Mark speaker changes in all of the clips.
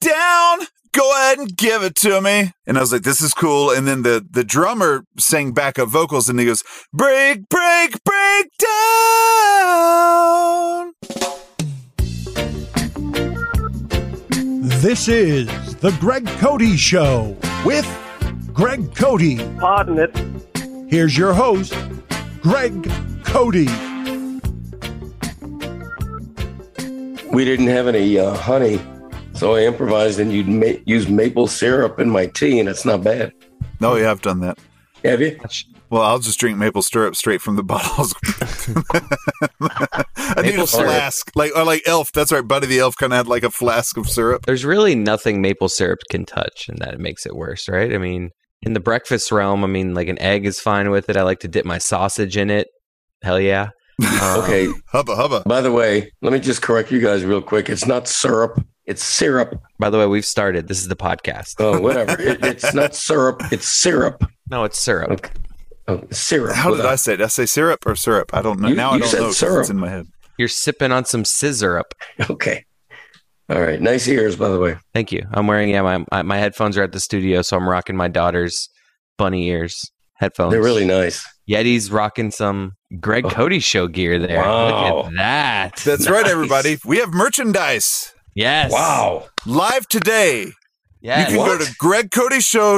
Speaker 1: down. Go ahead and give it to me. And I was like, this is cool. And then the, the drummer sang backup vocals and he goes, break, break, break down.
Speaker 2: This is The Greg Cody Show with Greg Cody.
Speaker 3: Pardon it.
Speaker 2: Here's your host, Greg Cody.
Speaker 4: We didn't have any uh, honey, so I improvised and you'd ma- use maple syrup in my tea, and it's not bad.
Speaker 1: Oh, yeah, I've done that.
Speaker 4: Have you?
Speaker 1: Well, I'll just drink maple syrup straight from the bottles. I need
Speaker 5: Maple
Speaker 1: a
Speaker 5: syrup.
Speaker 1: flask, like or like Elf. That's right, Buddy the Elf kind of had like a flask of syrup.
Speaker 5: There's really nothing maple syrup can touch, and that makes it worse, right? I mean, in the breakfast realm, I mean, like an egg is fine with it. I like to dip my sausage in it. Hell yeah. Um,
Speaker 1: Uh-huh.
Speaker 4: Okay.
Speaker 1: Hubba hubba.
Speaker 4: By the way, let me just correct you guys real quick. It's not syrup. It's syrup.
Speaker 5: By the way, we've started. This is the podcast.
Speaker 4: Oh, whatever. it, it's not syrup. It's syrup.
Speaker 5: No, it's syrup.
Speaker 4: Okay. Oh, syrup.
Speaker 1: How did
Speaker 4: Without-
Speaker 1: I say? it? Did I say syrup or syrup? I don't know.
Speaker 4: You-
Speaker 1: now I
Speaker 4: you
Speaker 1: don't
Speaker 4: said
Speaker 1: know. 'cause
Speaker 4: syrup.
Speaker 1: It's in my head.
Speaker 5: You're sipping on some scissor up.
Speaker 4: Okay. All right. Nice ears, by the way.
Speaker 5: Thank you. I'm wearing yeah. My my- my headphones are at the studio, so I'm rocking my daughter's bunny ears headphones.
Speaker 4: They're really nice.
Speaker 5: Yeti's rocking some Greg Cody show gear there.
Speaker 4: Wow.
Speaker 5: Look at that.
Speaker 1: That's right,
Speaker 4: Nice.
Speaker 1: everybody. We have merchandise
Speaker 5: yes.
Speaker 4: Wow.
Speaker 1: live today. You
Speaker 5: Yes.
Speaker 1: can go
Speaker 4: What?
Speaker 1: to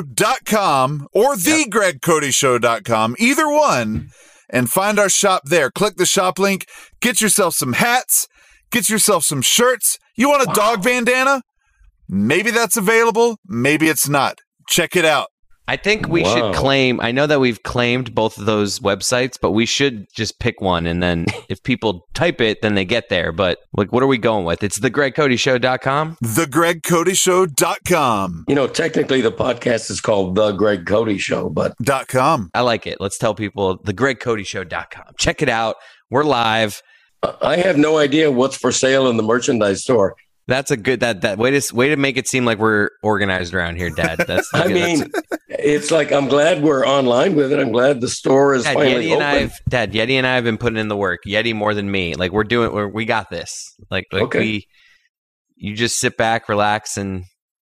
Speaker 1: gregcodyshow.com or thegregcodyshow.com, either one, and find our shop there. Click the shop link, get yourself some hats, get yourself some shirts. You want a dog bandana? Maybe that's available, maybe it's not. Check it out.
Speaker 5: I think we
Speaker 4: Wow.
Speaker 5: should claim. I know that we've claimed both of those websites, but we should just pick one, and then if people type it, then they get there. But like, what are we going with? It's the GregCodyShow.com.
Speaker 1: Thegregcodyshow.com.
Speaker 4: You know, technically the podcast is called The Greg Cody Show, but
Speaker 1: Dot com.
Speaker 5: I like it. Let's tell people the GregCodyShow.com. Check it out. We're live.
Speaker 4: I have no idea what's for sale in the merchandise store.
Speaker 5: That's a good that that way to s- way to make it seem like we're organized around here, Dad. That's
Speaker 4: I
Speaker 5: good.
Speaker 4: mean,
Speaker 5: That's-
Speaker 4: it's like I'm glad we're online with it. I'm glad the store is
Speaker 5: Dad,
Speaker 4: finally
Speaker 5: Yeti
Speaker 4: open.
Speaker 5: and I've Dad Yeti and I have been putting in the work. Yeti more than me. Like we're doing, we're, we got this. Like like
Speaker 4: Okay.
Speaker 5: we, you just sit back, relax, and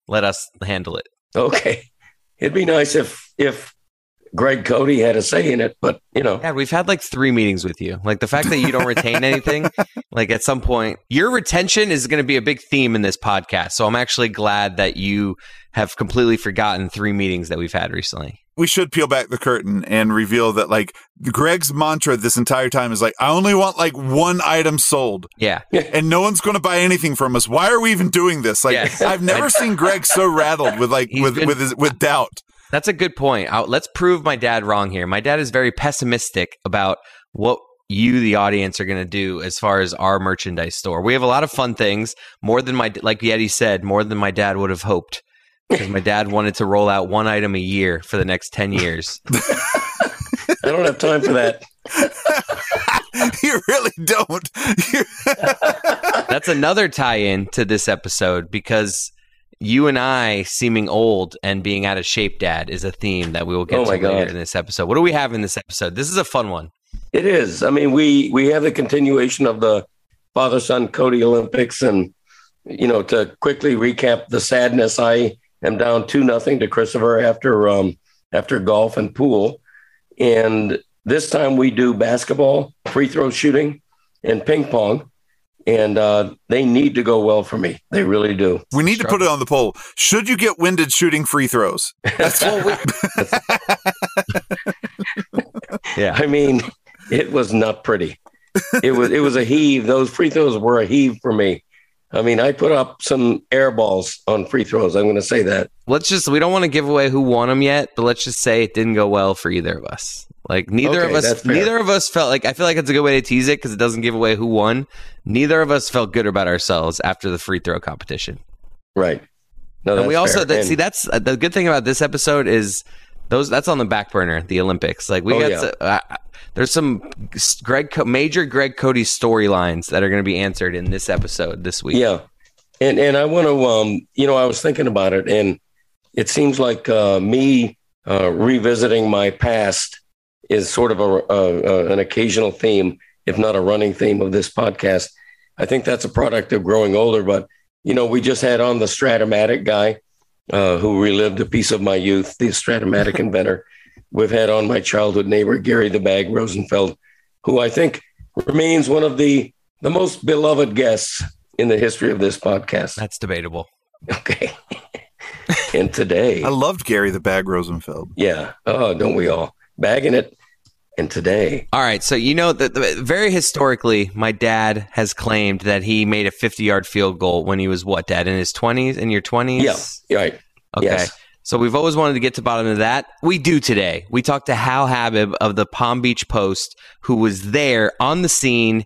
Speaker 5: let us handle it.
Speaker 4: Okay. It'd be nice if if Greg Cody had a say in it, but you know,
Speaker 5: Dad, we've had like three meetings with you. Like the fact that you don't retain anything. Like at some point, your retention is going to be a big theme in this podcast. So I'm actually glad that you have completely forgotten three meetings that we've had recently.
Speaker 1: we should peel back the curtain and reveal that like Greg's mantra this entire time is like I only want like one item sold.
Speaker 5: Yeah.
Speaker 1: And no one's going to buy anything from us. Why are we even doing this? Like
Speaker 5: Yes.
Speaker 1: I've never seen Greg so rattled with like
Speaker 5: He's
Speaker 1: with
Speaker 5: been-
Speaker 1: with his, with doubt.
Speaker 5: That's a good point. I, let's prove my dad wrong here. My dad is very pessimistic about what you, the audience, are going to do as far as our merchandise store. We have a lot of fun things, more than my, like Yeti said, more than my dad would have hoped. Because my dad wanted to roll out one item a year for the next 10 years.
Speaker 4: I don't have time for that.
Speaker 1: you really don't. You-
Speaker 5: That's another tie in to this episode because you and I seeming old and being out of shape, dad, is a theme that we will get
Speaker 4: Oh
Speaker 5: to
Speaker 4: my
Speaker 5: later
Speaker 4: God.
Speaker 5: in this episode. What do we have in this episode? This is a fun one.
Speaker 4: It is. I mean, we we have the continuation of the father son Cody Olympics, and you know, to quickly recap the sadness, I am down two nothing to Christopher after um after golf and pool, and this time we do basketball, free throw shooting, and ping pong, and uh, they need to go well for me. They really do.
Speaker 1: we need to put it on the poll. Should you get winded shooting free throws?
Speaker 5: Yeah.
Speaker 4: I mean, it was not pretty. It was it was a heave. Those free throws were a heave for me. I mean, I put up some air balls on free throws. I'm going to say that.
Speaker 5: let's just we don't want to give away who won them yet, but let's just say it didn't go well for either of us. Like neither
Speaker 4: Okay,
Speaker 5: of
Speaker 4: that's
Speaker 5: us,
Speaker 4: fair.
Speaker 5: neither of us felt like I feel like it's a good way to tease it because it doesn't give away who won. Neither of us felt good about ourselves after the free throw competition,
Speaker 4: Right. No,
Speaker 5: and we
Speaker 4: that's
Speaker 5: also
Speaker 4: fair.
Speaker 5: that,
Speaker 4: And-
Speaker 5: see that's uh, the good thing about this episode is those that's on the back burner. The Olympics, like we
Speaker 4: Oh,
Speaker 5: got
Speaker 4: yeah.
Speaker 5: to- uh, uh, there's some Greg Co- major Greg Cody storylines that are going to be answered in this episode this week.
Speaker 4: Yeah. And and I want to um you know I was thinking about it and it seems like uh, me uh, revisiting my past is sort of a, a, a an occasional theme, if not a running theme of this podcast. I think that's a product of growing older, but you know, we just had on the Stratomatic guy uh, who relived a piece of my youth, the Stratomatic inventor. We've had on my childhood neighbor, Gary the Bag Rosenfeld, who I think remains one of the, the most beloved guests in the history of this podcast.
Speaker 5: That's debatable.
Speaker 4: Okay. and today,
Speaker 1: I loved Gary the Bag Rosenfeld.
Speaker 4: yeah, oh, don't we all? Bagging it. And today,
Speaker 5: All right, so you know that the, very historically, my dad has claimed that he made a 50-yard field goal when he was what, Dad, in his 20s, in your 20s?
Speaker 4: yeah, right.
Speaker 5: Okay.
Speaker 4: Yes.
Speaker 5: So we've always wanted to get to the bottom of that. We do today. We talked to Hal Habib of the Palm Beach Post, who was there on the scene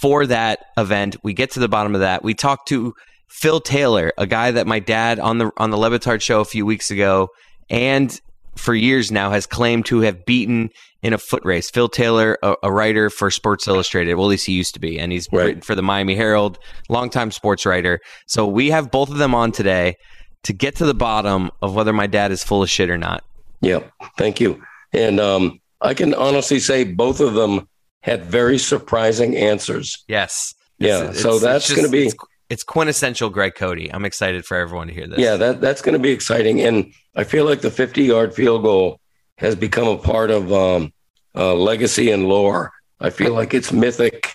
Speaker 5: for that event. We get to the bottom of that. We talked to Phil Taylor, a guy that my dad on the on the Levitard show a few weeks ago, and for years now has claimed to have beaten in a foot race. Phil Taylor, a, a writer for Sports Illustrated, well, at least he used to be, and he's
Speaker 4: Right.
Speaker 5: written for the Miami Herald, longtime sports writer. So we have both of them on today to get to the bottom of whether my dad is full of shit or not.
Speaker 4: Yeah, thank you. And um, I can honestly say both of them had very surprising answers.
Speaker 5: Yes.
Speaker 4: Yeah, so that's
Speaker 5: just-
Speaker 4: gonna be-
Speaker 5: it's, it's quintessential Greg Cody. I'm excited for everyone to hear this.
Speaker 4: Yeah, that that's going to be exciting. And I feel like the 50 yard field goal has become a part of um, uh, legacy and lore. I feel like it's mythic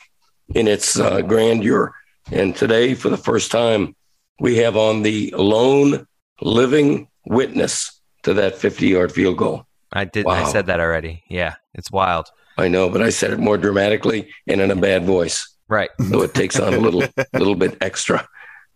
Speaker 4: in its uh, grandeur. And today, for the first time, we have on the lone living witness to that 50 yard field goal.
Speaker 5: I did. I
Speaker 4: Wow.
Speaker 5: said that already. Yeah, it's wild.
Speaker 4: I know, but I said it more dramatically and in a bad voice.
Speaker 5: Right.
Speaker 4: so it takes on a little little bit extra.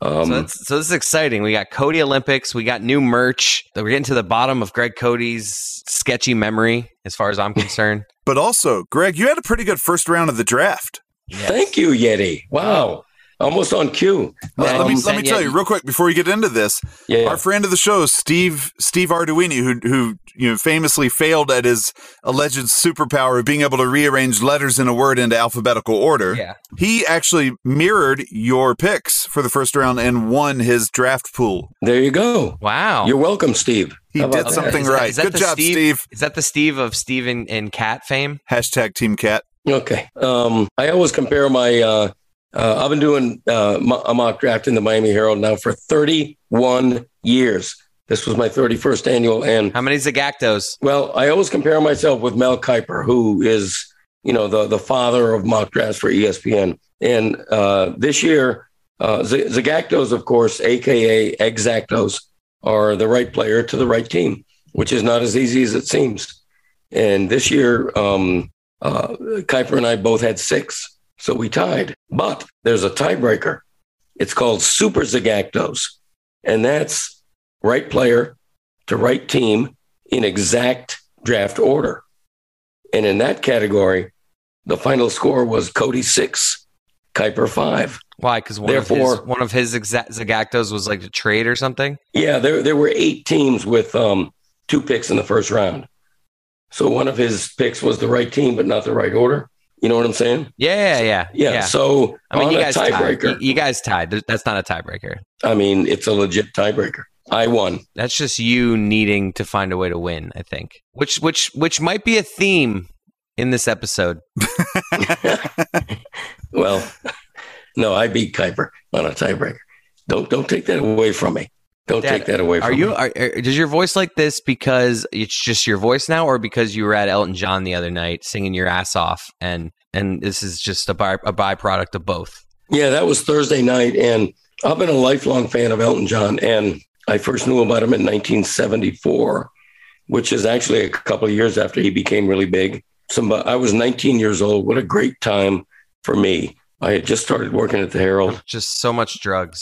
Speaker 4: Um,
Speaker 5: so, that's, so this is exciting. We got Cody Olympics. We got new merch. We're getting to the bottom of Greg Cody's sketchy memory, as far as I'm concerned.
Speaker 1: But also, Greg, you had a pretty good first round of the draft.
Speaker 4: Thank you, Yeti. Wow, almost on cue. Um,
Speaker 1: Let, let me, let me
Speaker 5: 100%
Speaker 1: tell
Speaker 5: yeah.
Speaker 1: you real quick before we get into this.
Speaker 4: Yeah.
Speaker 1: Our friend of the show, Steve Steve Arduini, who who you know famously failed at his alleged superpower of being able to rearrange letters in a word into alphabetical order.
Speaker 5: Yeah.
Speaker 1: He actually mirrored your picks for the first round and won his draft pool.
Speaker 4: There you go.
Speaker 1: Oh.
Speaker 5: Wow.
Speaker 4: You're welcome, Steve.
Speaker 1: He
Speaker 4: How about
Speaker 1: did
Speaker 4: that?
Speaker 1: something
Speaker 5: Is that-
Speaker 1: right.
Speaker 5: is that
Speaker 1: Good
Speaker 5: the
Speaker 1: job,
Speaker 5: Steve-
Speaker 1: Steve.
Speaker 5: is that the Steve of Steve and, and Cat fame?
Speaker 1: Hashtag Team Cat.
Speaker 4: Okay. Um, I always compare my. Uh, uh, I've been doing uh, mo- a mock draft in the Miami Herald now for 31 years. This was my 31st annual, and
Speaker 5: How many Zagactos?
Speaker 4: Well, I always compare myself with Mel Kiper, who is, you know, the the father of mock drafts for E ESPN. And uh, this year, uh, Z- Zagactos, of course, aka Exactos, are the right player to the right team, which is not as easy as it seems. And this year, um, uh, Kiper and I both had six, so we tied. But there's a tiebreaker. It's called Super Zagactos, and that's right player to right team in exact draft order. And in that category, the final score was Cody six, Kuiper five.
Speaker 5: Why? Because one of
Speaker 4: Therefore-
Speaker 5: his one of his exa- Zagactos was like a trade or something.
Speaker 4: Yeah, there there were eight teams with um, two picks in the first round. So one of his picks was the right team, but not the right order. You know what I'm saying?
Speaker 5: Yeah, yeah, yeah.
Speaker 4: Yeah. So
Speaker 5: I mean,
Speaker 4: on
Speaker 5: you
Speaker 4: a
Speaker 5: guys tied.
Speaker 4: tiebreaker,
Speaker 5: You, you guys tied. Th- That's not a tiebreaker.
Speaker 4: I mean, it's a legit tiebreaker. I won.
Speaker 5: That's just you needing to find a way to win. I think, which which which might be a theme in this episode.
Speaker 4: Well, no, I beat Kuiper on a tiebreaker. Don't don't take that away from me. Don't
Speaker 5: Dad,
Speaker 4: take that away from
Speaker 5: Are
Speaker 4: me.
Speaker 5: you? Are, are, does your voice like this because it's just your voice now, or because you were at Elton John the other night singing your ass off, and and this is just a, by, a byproduct of both?
Speaker 4: Yeah, that was Thursday night, and I've been a lifelong fan of Elton John, and I first knew about him in 1974, which is actually a couple of years after he became really big. Some, I was 19 years old. What a great time for me! I had just started working at the Herald.
Speaker 5: Just so much drugs.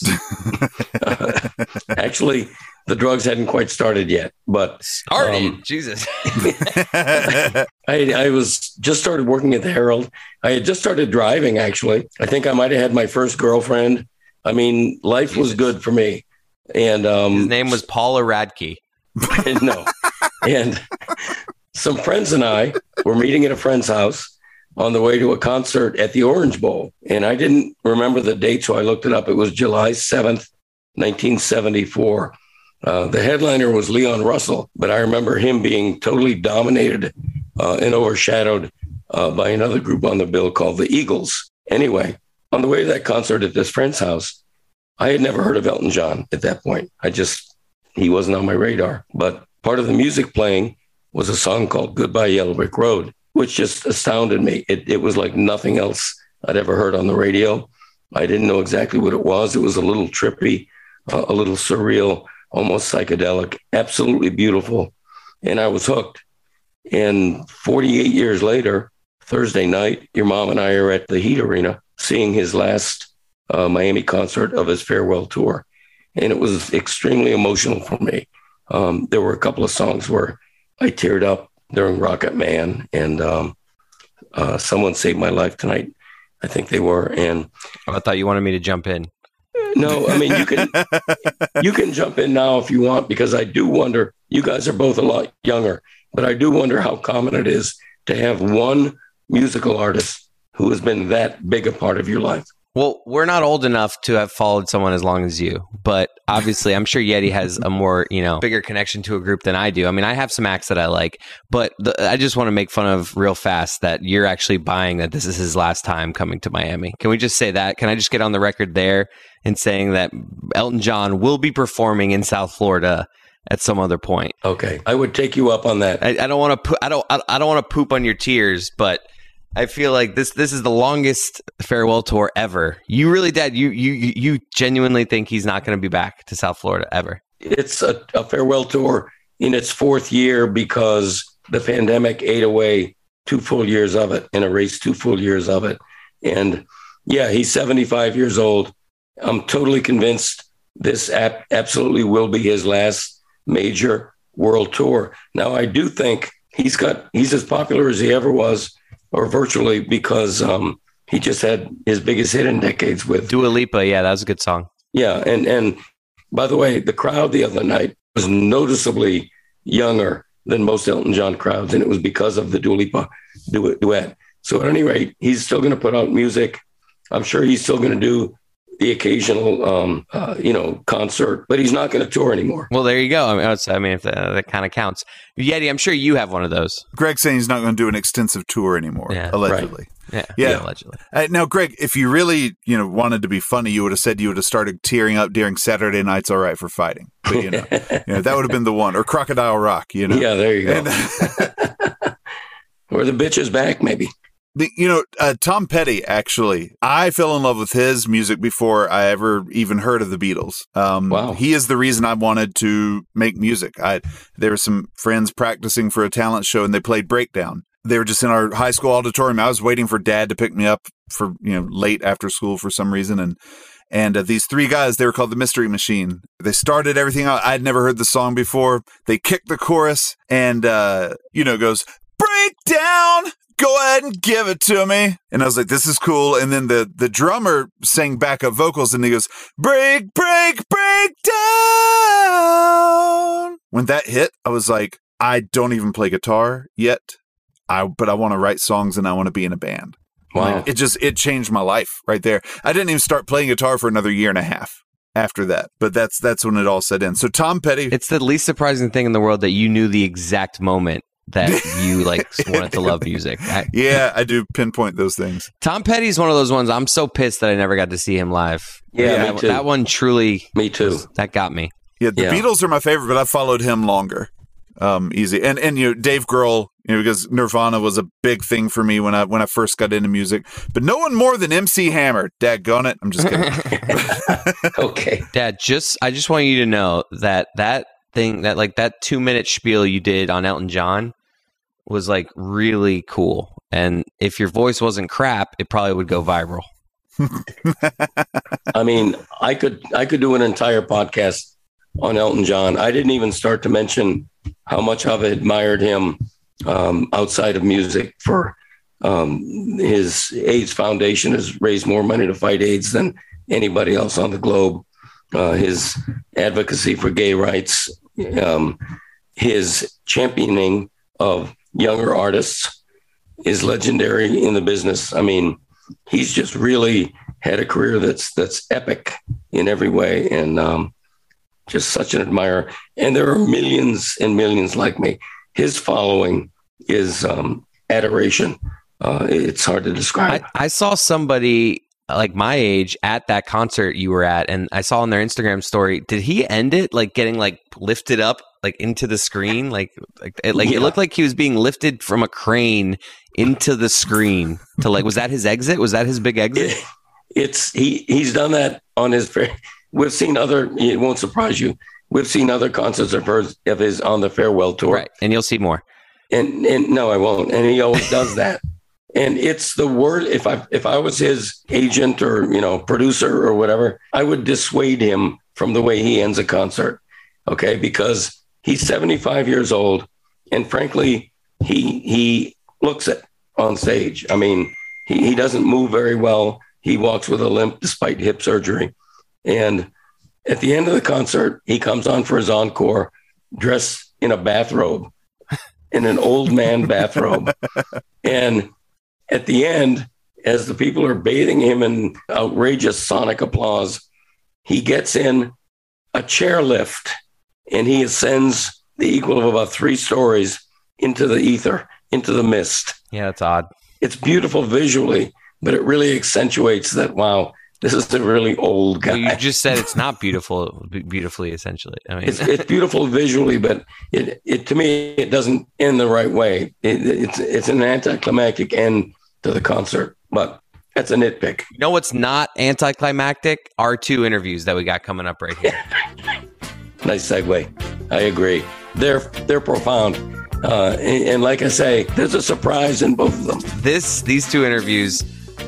Speaker 4: actually, the drugs hadn't quite started yet, but
Speaker 5: Started.
Speaker 4: Um,
Speaker 5: Jesus.
Speaker 4: I, I was just started working at the Herald. I had just started driving, actually. I think I might have had my first girlfriend. I mean, life was
Speaker 5: Jesus.
Speaker 4: good for me. And um,
Speaker 5: His name was Paula Radke.
Speaker 4: And no. And some friends and I were meeting at a friend's house on the way to a concert at the Orange Bowl. And I didn't remember the date, so I looked it up. It was July 7th, 1974. Uh, the headliner was Leon Russell, but I remember him being totally dominated uh, and overshadowed uh, by another group on the bill called the Eagles. Anyway, on the way to that concert at this friend's house, I had never heard of Elton John at that point. I just, he wasn't on my radar. But part of the music playing was a song called Goodbye Yellow Brick Road, which just astounded me. It, it was like nothing else I'd ever heard on the radio. I didn't know exactly what it was. It was a little trippy, uh, a little surreal, almost psychedelic, absolutely beautiful. And I was hooked. And 48 years later, Thursday night, your mom and I are at the Heat Arena seeing his last uh, Miami concert of his farewell tour. And it was extremely emotional for me. Um, there were a couple of songs where I teared up during Rocket Man and um, uh, Someone Saved My Life Tonight. I think they were. And
Speaker 5: I thought you wanted me to jump in.
Speaker 4: no, I mean you can you can jump in now if you want because I do wonder. You guys are both a lot younger, but I do wonder how common it is to have one musical artist who has been that big a part of your life.
Speaker 5: Well, we're not old enough to have followed someone as long as you, but obviously, I'm sure Yeti has a more you know bigger connection to a group than I do. I mean, I have some acts that I like, but the, I just want to make fun of real fast that you're actually buying that this is his last time coming to Miami. Can we just say that? Can I just get on the record there and saying that Elton John will be performing in South Florida at some other point?
Speaker 4: Okay, I would take you up on that.
Speaker 5: I, I don't want to. Po- I don't. I, I don't want to poop on your tears, but I feel like this. This is the longest farewell tour ever. You really, Dad. You you you you genuinely think he's not going to be back to South Florida ever?
Speaker 4: it's a, a farewell tour in its fourth year because the pandemic ate away two full years of it and erased two full years of it. And yeah, he's 75 years old. I'm totally convinced this ap- absolutely will be his last major world tour. Now, I do think he's got he's as popular as he ever was, or virtually, because um, he just had his biggest hit in decades with
Speaker 5: Dua Lipa. Yeah, that was a good song.
Speaker 4: yeah, and and by the way, the crowd the other night was noticeably younger than most Elton John crowds, and it was because of the Dua Lipa du- duet. So at any rate, he's still going to put out music. I'm sure he's still going to do the occasional, um, uh, you know, concert, but he's not going to tour anymore.
Speaker 5: Well, there you go. I mean, it's- I mean if that, that kind of counts. Yeti, I'm sure you have one of those.
Speaker 1: Greg's saying he's not going to do an extensive tour anymore,
Speaker 5: Yeah,
Speaker 1: allegedly.
Speaker 5: Yeah,
Speaker 1: Yeah.
Speaker 5: allegedly.
Speaker 1: Uh, now, Greg, if you really you know wanted to be funny, you would have said you would have started tearing up during Saturday nights. All right for fighting, but you know, you know, that would have been the one or Crocodile Rock. You know,
Speaker 4: Yeah, there you go.
Speaker 1: And-
Speaker 4: or the bitch is back, maybe.
Speaker 1: The, you know, uh, Tom Petty, actually, I fell in love with his music before I ever even heard of the Beatles. Um,
Speaker 4: Wow.
Speaker 1: He is the reason I wanted to make music. I There were some friends practicing for a talent show and they played Breakdown. They were just in our high school auditorium. I was waiting for dad to pick me up for, you know, late after school for some reason. And, and uh, these three guys, they were called the Mystery Machine. They started everything out. I'd never heard the song before. They kicked the chorus and, uh, you know, it goes, breakdown. Go ahead and give it to me. And I was like, this is cool. And then the, the drummer sang backup vocals and he goes, break, break, break down. When that hit, I was like, I don't even play guitar yet. I, but I want to write songs and I want to be in a band.
Speaker 4: Wow.
Speaker 1: It just, it changed my life right there. I didn't even start playing guitar for another year and a half after that, but that's, that's when it all set in. So Tom Petty,
Speaker 5: It's the least surprising thing in the world that you knew the exact moment that you like wanted to love music. I,
Speaker 1: yeah, I do pinpoint those things.
Speaker 5: Tom Petty's one of those ones. I'm so pissed that I never got to see him live.
Speaker 4: Yeah, me
Speaker 5: that,
Speaker 4: too.
Speaker 5: that one truly
Speaker 4: Me too.
Speaker 5: that got me.
Speaker 1: Yeah, the
Speaker 4: Yeah.
Speaker 1: Beatles are my favorite, but I followed him longer. Um, easy and and you know Dave Grohl, you know because Nirvana was a big thing for me when I when I first got into music, but no one more than MC Hammer. Daggone it! I'm just kidding.
Speaker 4: Okay.
Speaker 5: Dad, just I just want you to know that that thing that like that two minute spiel you did on Elton John was like really cool. And if your voice wasn't crap, it probably would go viral.
Speaker 4: I mean, I could I could do an entire podcast on Elton John. I didn't even start to mention how much I've admired him um, outside of music. For um, his AIDS Foundation has raised more money to fight AIDS than anybody else on the globe. Uh, his advocacy for gay rights, um, his championing of younger artists, is legendary in the business. I mean, he's just really had a career that's that's epic in every way, and um, just such an admirer. And there are millions and millions like me. His following is um, adoration. Uh, it's hard to
Speaker 5: I,
Speaker 4: describe.
Speaker 5: I saw somebody like my age at that concert you were at and I saw on their Instagram story did he end it like getting like lifted up like into the screen like like it, like, it
Speaker 4: Yeah.
Speaker 5: looked like he was being lifted from a crane into the screen to like was that his exit was that his big exit
Speaker 4: It- it's he he's done that on his fair- we've seen other it won't surprise you we've seen other concerts of hers of his on the farewell tour
Speaker 5: right and you'll see more
Speaker 4: and and no i won't and he always does that and it's the word if i if i was his agent or you know producer or whatever i would dissuade him from the way he ends a concert okay because he's 75 years old and frankly he he looks it on stage i mean he, he doesn't move very well he walks with a limp despite hip surgery and at the end of the concert he comes on for his encore dressed in a bathrobe in an old man bathrobe. and at the end, as the people are bathing him in outrageous sonic applause, he gets in a chairlift and he ascends the equal of about three stories into the ether, into the mist.
Speaker 5: yeah that's odd
Speaker 4: It's beautiful visually, but it really accentuates that wow, this is a really old guy.
Speaker 5: well, you just said it's not beautiful be- beautifully essentially I mean
Speaker 4: it's, it's beautiful visually, but it, it to me it doesn't end the right way. It, it's it's an anticlimactic end to the concert, but that's a nitpick.
Speaker 5: you know what's not anticlimactic are two interviews that we got coming up right here
Speaker 4: Nice segue. I agree. They're they're profound, uh, and, and like I say, there's a surprise in both of them.
Speaker 5: this these two interviews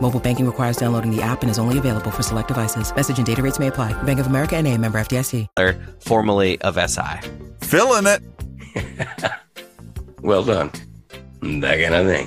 Speaker 3: Mobile banking requires downloading the app and is only available for select devices. Message and data rates may apply. Bank of America and a member FDIC.
Speaker 5: formerly of si
Speaker 1: Feeling it.
Speaker 4: Well done. That kind of thing.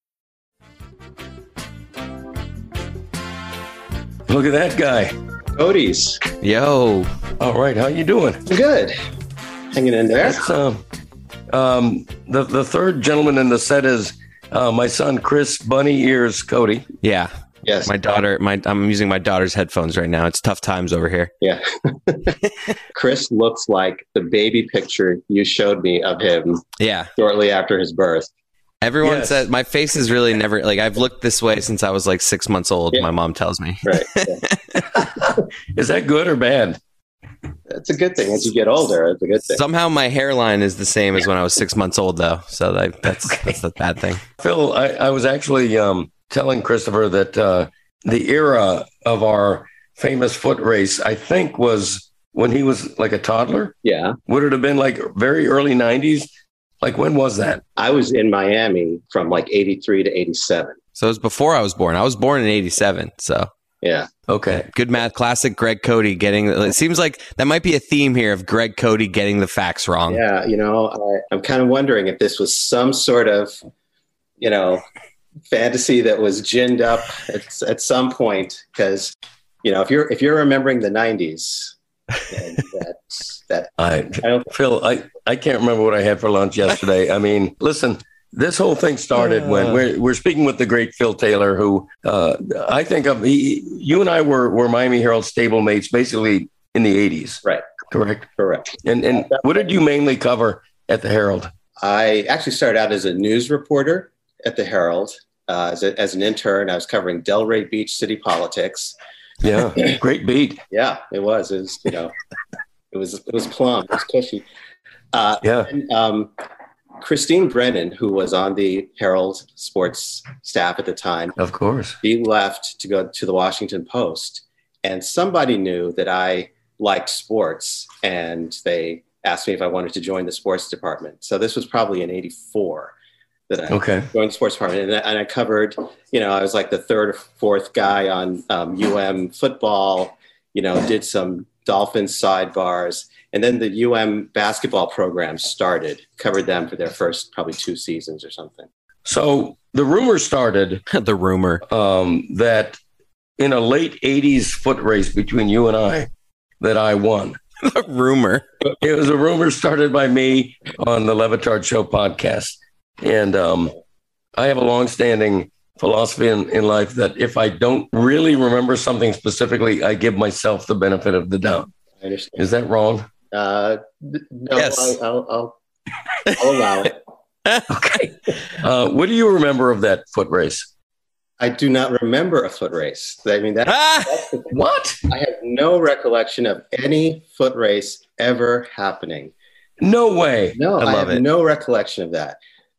Speaker 4: Look at that guy.
Speaker 6: Cody's.
Speaker 5: yo
Speaker 4: All right, how you doing?
Speaker 6: Good. Hanging in there.
Speaker 4: That's uh, um, the the third gentleman in the set is uh, my son Chris Bunny Ears Cody.
Speaker 5: yeah
Speaker 6: Yes.
Speaker 5: my daughter my i'm using my daughter's headphones right now it's tough times over here
Speaker 6: Yeah. Chris looks like the baby picture you showed me of him
Speaker 5: yeah
Speaker 6: shortly after his birth.
Speaker 5: everyone
Speaker 4: Yes.
Speaker 5: says my face is really never like i've looked this way since i was like six months old
Speaker 6: Yeah.
Speaker 5: my mom tells me
Speaker 6: Right. Yeah.
Speaker 4: Is that good or bad?
Speaker 6: That's a good thing. As you get older, it's a good thing.
Speaker 5: somehow my hairline is the same as when i was six months old though so like, that's that's the bad thing
Speaker 4: Phil, I, I was actually um, telling Christopher that uh, the era of our famous foot race, I think, was when he was like a toddler.
Speaker 6: Yeah.
Speaker 4: Would it have been like very early 90s? Like, when was that?
Speaker 6: I was in Miami from like 83 to 87.
Speaker 5: so it was before i was born i was born in 87 so
Speaker 6: Yeah.
Speaker 4: Okay.
Speaker 5: Good math classic. Greg Cody getting. It seems like that might be a theme here of Greg Cody getting the facts wrong.
Speaker 6: Yeah. You know, I, I'm kind of wondering if this was some sort of, you know, fantasy that was ginned up at, at some point because, you know, if you're if you're remembering the 90s, and that that
Speaker 4: I,
Speaker 6: I don't
Speaker 4: Phil, I, I can't remember what I had for lunch yesterday. I mean, listen, this whole thing started when we're, we're speaking with the great Phil Taylor, who uh, I think of. He, you and I were, were Miami Herald stablemates basically in the 80s.
Speaker 6: Right.
Speaker 4: Correct.
Speaker 6: correct.
Speaker 4: And and what did you mainly cover at the Herald?
Speaker 6: I actually started out as a news reporter at the Herald. Uh, as, a, as an intern, I was covering Delray Beach city politics.
Speaker 4: Yeah, great beat.
Speaker 6: Yeah, it was. It was you know, it was it was plum. It was cushy. Uh,
Speaker 4: Yeah,
Speaker 6: and, um, Christine Brennan, who was on the Herald sports staff at the time,
Speaker 4: Of course.
Speaker 6: she left to go to the Washington Post. And somebody knew that I liked sports and they asked me if I wanted to join the sports department. So this was probably in 84 that I
Speaker 4: Okay.
Speaker 6: joined the sports department. And I, and I covered, you know, I was like the third or fourth guy on um, UM football, you know, did some Dolphins sidebars. And then the UM basketball program started, covered them for their first probably two seasons or something.
Speaker 4: So the rumor started
Speaker 5: the rumor.
Speaker 4: um, that in a late 80s foot race between you and I, that I won.
Speaker 5: the rumor.
Speaker 4: It was a rumor started by me on the Levitard Show podcast. And um, I have a longstanding philosophy in, in life that if I don't really remember something specifically, I give myself the benefit of the doubt.
Speaker 6: I understand.
Speaker 4: Is that wrong?
Speaker 6: Uh, n- no,
Speaker 5: Yes.
Speaker 6: I'll, I'll, I'll, I'll allow it.
Speaker 4: Okay. Uh, what do you remember of that foot race?
Speaker 6: I do not remember a foot race. I mean, that,
Speaker 5: Ah!
Speaker 6: that's the
Speaker 4: What?
Speaker 6: I have no recollection of any foot race ever happening.
Speaker 4: No way.
Speaker 6: No,
Speaker 5: I
Speaker 6: I,
Speaker 5: love
Speaker 6: have
Speaker 5: it.
Speaker 6: no recollection of that.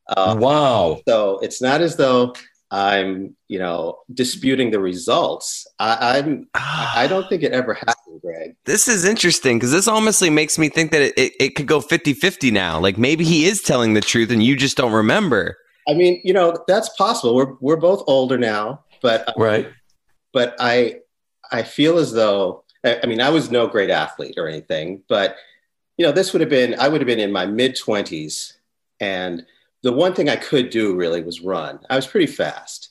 Speaker 6: Uh,
Speaker 4: Wow.
Speaker 6: so it's not as though I'm, you know, disputing the results. I, I'm, I don't think it ever happened, Greg.
Speaker 5: This is interesting because this honestly makes me think that it, it, it could go 50 50 now. Like maybe he is telling the truth and you just don't remember.
Speaker 6: I mean, you know, that's possible. We're we're both older now, but
Speaker 4: Right.
Speaker 6: but I I feel as though I, I mean I was no great athlete or anything, but you know this would have been I would have been in my mid twenties, and the one thing I could do really was run. I was pretty fast,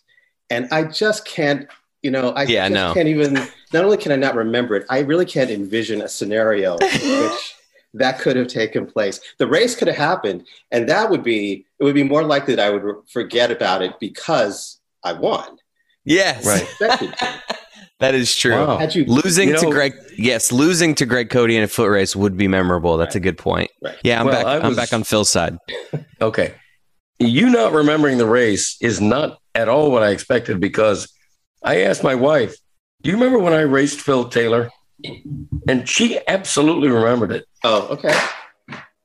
Speaker 6: and I just can't. You know, I
Speaker 5: Yeah, I
Speaker 6: just
Speaker 5: know.
Speaker 6: can't even. Not only can I not remember it, I really can't envision a scenario in which that could have taken place. The race could have happened, and that would be it. Would be more likely that I would re- forget about it because I won.
Speaker 5: Yes.
Speaker 4: Right.
Speaker 6: Expected to.
Speaker 5: That is true.
Speaker 4: Wow.
Speaker 6: Had you
Speaker 5: Losing
Speaker 4: You
Speaker 5: to
Speaker 4: know-
Speaker 5: Greg, yes, losing to Greg Cody in a foot race would be memorable. That's a good point.
Speaker 6: Right.
Speaker 5: Yeah, I'm
Speaker 4: Well,
Speaker 5: back.
Speaker 4: I
Speaker 5: I'm
Speaker 4: was-
Speaker 5: back on Phil's side.
Speaker 4: Okay. You not remembering the race is not at all what I expected because I asked my wife, Do you remember when I raced Phil Taylor? And she absolutely remembered it.
Speaker 6: Oh, okay.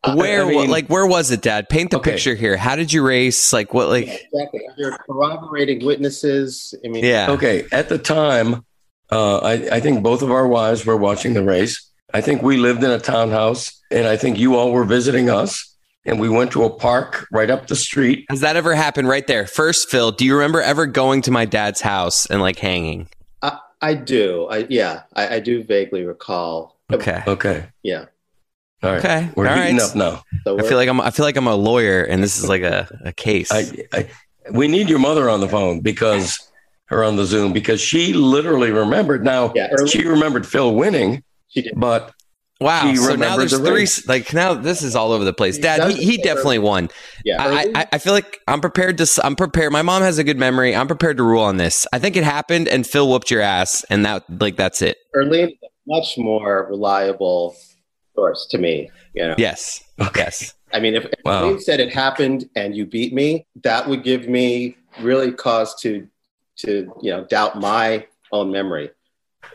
Speaker 6: I-
Speaker 5: Where,
Speaker 4: I
Speaker 5: wa-
Speaker 4: mean-
Speaker 5: like, where was it, Dad? Paint the
Speaker 4: Okay.
Speaker 5: picture here. How did you race? Like, what, like,
Speaker 6: Exactly. You're corroborating witnesses. I mean,
Speaker 5: yeah.
Speaker 4: Okay. At the time, uh, I, I think both of our wives were watching the race. I think we lived in a townhouse, and I think you all were visiting us. And we went to a park right up the street.
Speaker 5: Has that ever happened right there? First, Phil, do you remember ever going to my dad's house and like hanging?
Speaker 6: I, I do. I yeah, I, I do vaguely recall.
Speaker 5: Okay.
Speaker 4: Okay.
Speaker 6: Yeah.
Speaker 4: All right.
Speaker 5: Okay.
Speaker 4: We're
Speaker 5: All
Speaker 4: heating
Speaker 5: right.
Speaker 4: up now.
Speaker 6: So
Speaker 5: I
Speaker 6: we're-
Speaker 5: feel like I'm. I feel like I'm a lawyer, and this is like a, a case.
Speaker 4: I, I, we need your mother on the phone because or on the Zoom because she literally remembered. Now
Speaker 6: Yeah, early-
Speaker 4: she remembered Phil winning,
Speaker 6: she did.
Speaker 4: but
Speaker 5: wow.
Speaker 4: She
Speaker 5: So now
Speaker 4: remembered
Speaker 5: there's
Speaker 4: the
Speaker 5: three.
Speaker 4: race.
Speaker 5: Like now this is all over the place. Dad, he, he definitely won.
Speaker 6: Yeah.
Speaker 5: I, I I feel like I'm prepared to. s- I'm prepared. My mom has a good memory. I'm prepared to rule on this. I think it happened, and Phil whooped your ass, and that like that's it.
Speaker 6: Erlene is a much more reliable source to me. You know,
Speaker 5: Yes. Yes.
Speaker 6: I mean, if if
Speaker 4: Wow.
Speaker 5: Oh.
Speaker 6: Erlene said it happened and you beat me, that would give me really cause to to you know doubt my own memory.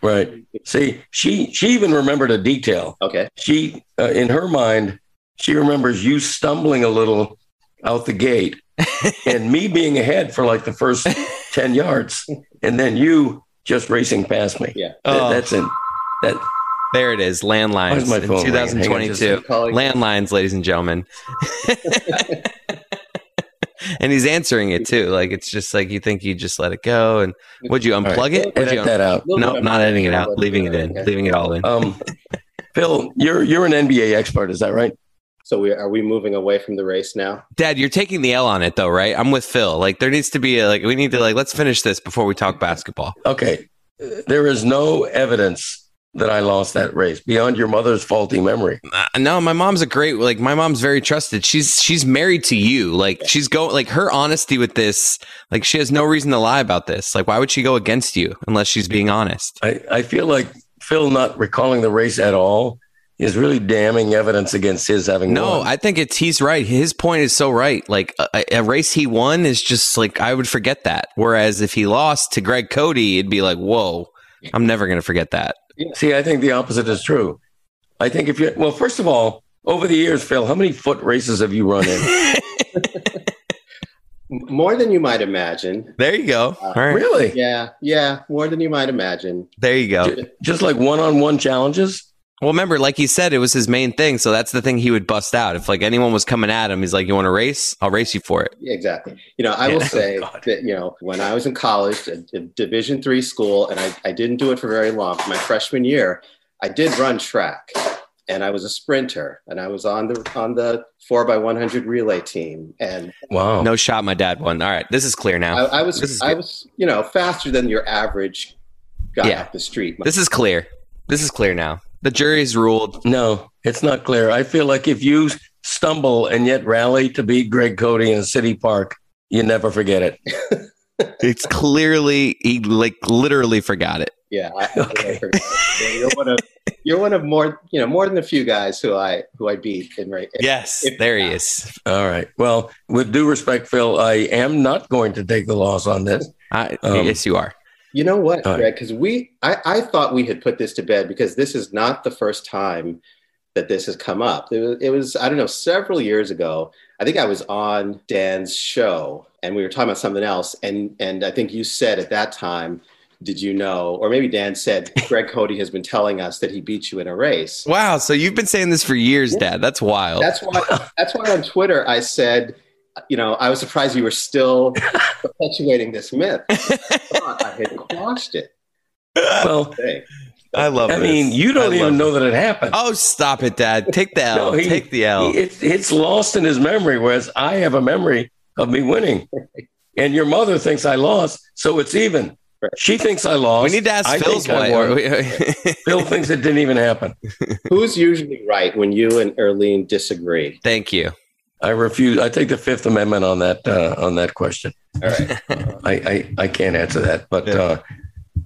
Speaker 4: right. See, she she even remembered a detail.
Speaker 6: Okay.
Speaker 4: She uh, in her mind, she remembers you stumbling a little out the gate and me being ahead for like the first 10 yards and then you just racing past me.
Speaker 6: Yeah.
Speaker 4: Th-
Speaker 5: Oh.
Speaker 4: that's it. That
Speaker 5: There it is. Landlines.
Speaker 4: Where's my
Speaker 5: in
Speaker 4: phone ringing? Hang on just a
Speaker 5: 2022.
Speaker 6: Calling-
Speaker 5: Landlines, ladies and gentlemen. and he's answering it too. Like it's just like you think you just let it go. And would you unplug
Speaker 6: right.
Speaker 5: it? Would you
Speaker 4: edit that out.
Speaker 5: no, not editing it out. Leaving it in.
Speaker 6: Okay.
Speaker 5: Leaving it all in.
Speaker 4: Um, Phil, you're you're an NBA expert, is that right?
Speaker 6: So we are we moving away from the race now?
Speaker 5: Dad, you're taking the L on it though, right? I'm with Phil. Like there needs to be a, like we need to like let's finish this before we talk basketball.
Speaker 4: Okay. There is no evidence that I lost that race beyond your mother's faulty memory.
Speaker 5: Uh, no, my mom's a great like my mom's very trusted. She's she's married to you. Like she's going like her honesty with this, like she has no reason to lie about this. Like why would she go against you unless she's being honest?
Speaker 4: I, I feel like Phil not recalling the race at all is really damning evidence against his having
Speaker 5: No,
Speaker 4: won.
Speaker 5: I think it's he's right. His point is so right. Like a, a race he won is just like I would forget that. Whereas if he lost to Greg Cody, it'd be like, whoa, I'm never gonna forget that.
Speaker 4: See, I think the opposite is true. I think if you well, first of all, over the years, Phil, how many foot races have you run in?
Speaker 6: More than you might imagine.
Speaker 5: There you go. All right.
Speaker 4: Really?
Speaker 6: Yeah, yeah, more than you might imagine.
Speaker 5: There you go.
Speaker 4: Just like one-on-one challenges.
Speaker 5: Well, remember, like he said, it was his main thing. So that's the thing he would bust out. If like anyone was coming at him, he's like, "You want to race? I'll race you for it."
Speaker 6: Yeah, exactly you know i
Speaker 5: Yeah.
Speaker 6: will say
Speaker 5: Oh, God.
Speaker 6: that you know when i was in college at a division three school and I, I didn't do it for very long my freshman year i did run track and i was a sprinter and i was on the on the 4 by 100 relay team and
Speaker 4: Wow.
Speaker 5: No shot, my dad won. All right, this is clear now.
Speaker 6: i, I
Speaker 5: This is
Speaker 6: was i
Speaker 5: good.
Speaker 6: was you know faster than your average guy
Speaker 5: Yeah.
Speaker 6: off the street
Speaker 5: This is clear. This is clear now. The jury's ruled.
Speaker 4: No, it's not clear. I feel like if you stumble and yet rally to beat Greg Cody in City Park, you never forget it.
Speaker 5: It's clearly he like literally forgot it.
Speaker 6: yeah I, I
Speaker 4: Okay.
Speaker 6: forgot. you're one of you're one of more you know more than a few guys who i who i beat in right
Speaker 5: Yes,
Speaker 6: If-
Speaker 5: there he is.
Speaker 4: All right. Well, with due respect, Phil, I am not going to take the loss on this.
Speaker 5: I,
Speaker 4: Um,
Speaker 5: yes, you are.
Speaker 6: You know what,
Speaker 4: All right.
Speaker 6: Greg? Because we, I, I thought we had put this to bed because this is not the first time that this has come up. It was, it was, I don't know, several years ago. I think I was on Dan's show and we were talking about something else. And and I think you said at that time, did you know, or maybe Dan said, Greg Cody has been telling us that he beat you in a race.
Speaker 5: Wow. So you've been saying this for years, Dad. That's wild.
Speaker 6: That's why. That's why on Twitter I said, you know, I was surprised you were still perpetuating this myth. I thought I had quashed it.
Speaker 4: Well,
Speaker 6: Hey.
Speaker 5: I love.
Speaker 4: I
Speaker 5: this.
Speaker 4: mean, you don't
Speaker 5: I love
Speaker 4: even know that it happened.
Speaker 5: Oh, stop it, Dad. Take the L.
Speaker 4: No, he-
Speaker 5: Take the L.
Speaker 4: It's it's lost in his memory, whereas I have a memory of me winning. And your mother thinks I lost, so it's even.
Speaker 6: Right.
Speaker 4: She thinks I lost.
Speaker 5: we need to ask
Speaker 4: I
Speaker 5: Phil's
Speaker 4: think I
Speaker 5: wife.
Speaker 4: won. Phil thinks it didn't even happen.
Speaker 6: Who's usually right when you and Erlene disagree?
Speaker 5: Thank you.
Speaker 4: I refuse. I take the Fifth Amendment on that uh, on that question.
Speaker 6: All right.
Speaker 4: I, I, I can't answer that. But uh,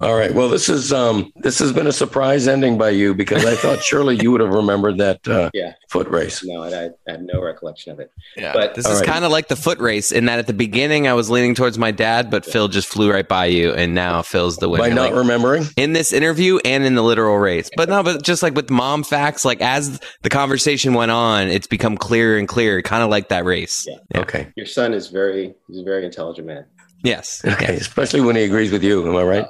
Speaker 4: all right. Well, this is um, this has been a surprise ending by you because I thought surely you would have remembered that uh,
Speaker 6: Yeah.
Speaker 4: foot race.
Speaker 6: No, I, I have no recollection of it.
Speaker 5: Yeah.
Speaker 6: But-
Speaker 5: this
Speaker 4: all
Speaker 5: is
Speaker 4: right.
Speaker 5: kind of like the foot race in that at the beginning I was leaning towards my dad, but Phil just flew right by you, and now Phil's the winner.
Speaker 4: by not
Speaker 5: Like,
Speaker 4: remembering.
Speaker 5: in this interview and in the literal race, but no, but just like with mom facts, like as the conversation went on, it's become clearer and clearer, kind of like that race.
Speaker 6: Yeah.
Speaker 4: Okay.
Speaker 6: Your son is very he's a very intelligent man.
Speaker 5: Yes,
Speaker 4: Okay. Especially when he agrees with you. Am I right?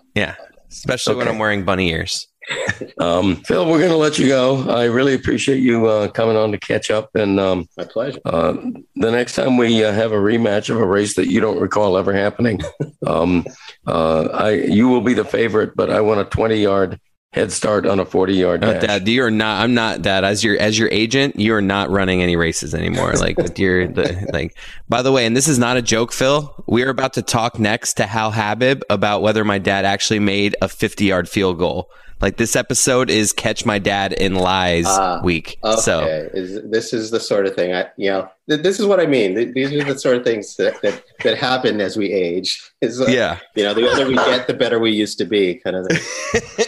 Speaker 5: especially when
Speaker 4: Okay.
Speaker 5: I'm wearing bunny ears.
Speaker 6: Uh,
Speaker 4: Um, Phil, we're going to let you go. I really appreciate you uh, coming on to catch up. And um,
Speaker 6: My pleasure.
Speaker 4: uh, the next time we uh, have a rematch of a race that you don't recall ever happening, um, uh, I you will be the favorite. But I want a twenty yard head start on a forty yard
Speaker 5: Oh,
Speaker 4: dash.
Speaker 5: dad, you are not. I'm not, dad. As your as your agent, you are not running any races anymore. Like with your the, like. By the way, and this is not a joke, Phil. We are about to talk next to Hal Habib about whether my dad actually made a 50 yard field goal. Like this episode is catch my dad in lies
Speaker 6: Ah,
Speaker 5: week.
Speaker 6: Okay.
Speaker 5: So
Speaker 6: Is, this is the sort of thing I you know th- this is what I mean. Th- These are the sort of things that that, that happen as we age. Is uh,
Speaker 5: yeah.
Speaker 6: you know the older we get, the better we used to be. Kind of. Thing.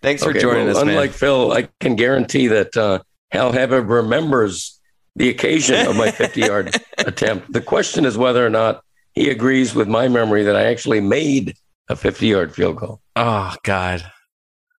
Speaker 5: Thanks for
Speaker 4: Okay,
Speaker 5: joining
Speaker 4: well,
Speaker 5: us, man.
Speaker 4: Unlike Phil, I can guarantee that uh, Hal Habib remembers the occasion of my 50 yard attempt. The question is whether or not he agrees with my memory that I actually made a 50 yard field goal.
Speaker 5: Oh God.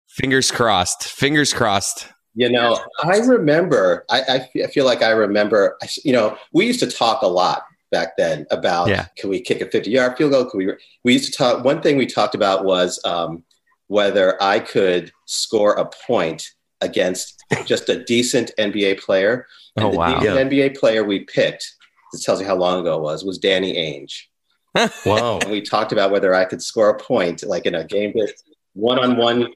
Speaker 5: Fingers crossed. Fingers crossed.
Speaker 6: You know, I remember. I, I f- I feel like I remember. I s- You know, we used to talk a lot back then about
Speaker 5: Yeah.
Speaker 6: can we kick a fifty-yard field goal? Can we? We used to talk. One thing we talked about was um, whether I could score a point against just a decent NBA player. And
Speaker 5: Oh
Speaker 6: the
Speaker 5: wow.
Speaker 6: decent NBA player we picked. This tells you how long ago it was. Was Danny Ainge,
Speaker 4: Wow.
Speaker 6: and we talked about whether I could score a point, like in a game that one-on-one.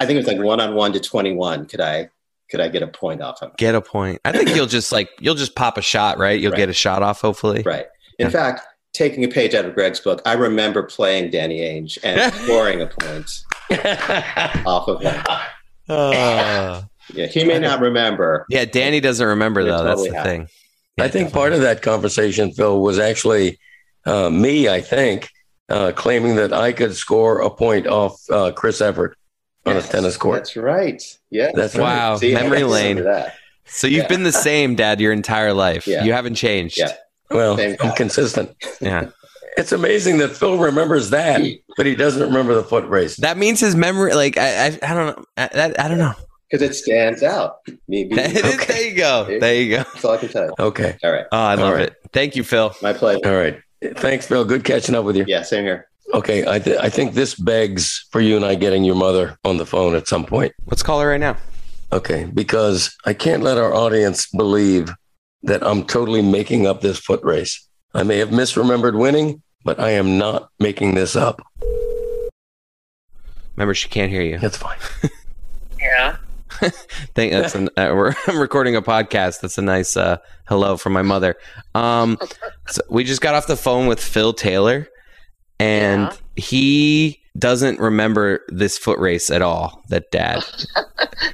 Speaker 6: I think it was like one-on-one to twenty-one. Could I? Could I get a point off him?
Speaker 5: Get a point. I think you'll just like you'll just pop a shot, right? You'll
Speaker 6: Right.
Speaker 5: get a shot off, hopefully.
Speaker 6: Right. In
Speaker 5: Yeah.
Speaker 6: fact, taking a page out of Greg's book, I remember playing Danny Ainge and scoring a point off of him.
Speaker 4: Ah.
Speaker 6: Yeah, he may not remember.
Speaker 5: yeah, Danny doesn't remember
Speaker 6: It
Speaker 5: though. That's
Speaker 6: totally
Speaker 5: the
Speaker 6: happened.
Speaker 5: thing.
Speaker 4: I think part of that conversation, Phil, was actually uh, me, I think, uh, claiming that I could score a point off uh, Chris Everett on
Speaker 6: Yes,
Speaker 4: a tennis court.
Speaker 6: That's right. Yeah.
Speaker 4: That's right.
Speaker 5: Wow,
Speaker 6: See, I
Speaker 5: memory
Speaker 6: remember
Speaker 5: lane.
Speaker 6: that.
Speaker 5: So you've
Speaker 6: Yeah.
Speaker 5: been the same, Dad, your entire life.
Speaker 6: Yeah.
Speaker 5: You haven't changed.
Speaker 6: Yeah.
Speaker 4: Well,
Speaker 6: Same
Speaker 4: I'm
Speaker 6: guy.
Speaker 4: consistent.
Speaker 5: Yeah.
Speaker 4: It's amazing that Phil remembers that, but he doesn't remember the foot race.
Speaker 5: That means his memory, like I, I, I don't know. I, that, I don't know.
Speaker 6: because it stands out. Maybe
Speaker 5: there you go. There you go.
Speaker 6: that's all I can tell you.
Speaker 4: Okay.
Speaker 6: All right,
Speaker 5: Oh, I love
Speaker 4: right.
Speaker 5: it. Thank you, Phil.
Speaker 6: my pleasure.
Speaker 4: All right. Thanks, Bill. Good catching up with you.
Speaker 6: Yeah, same here.
Speaker 4: Okay. I, th- I think this begs for you and I getting your mother on the phone at some point.
Speaker 5: Let's call her right now.
Speaker 4: Okay. Because I can't let our audience believe that I'm totally making up this foot race. I may have misremembered winning, but I am not making this up.
Speaker 5: Remember, she can't hear you.
Speaker 4: That's fine.
Speaker 7: Yeah.
Speaker 5: Thank, that's an, uh, we're, I'm recording a podcast. That's a nice uh, hello from my mother. Um, so we just got off the phone with Phil Taylor, and he doesn't remember this foot race at all. That dad.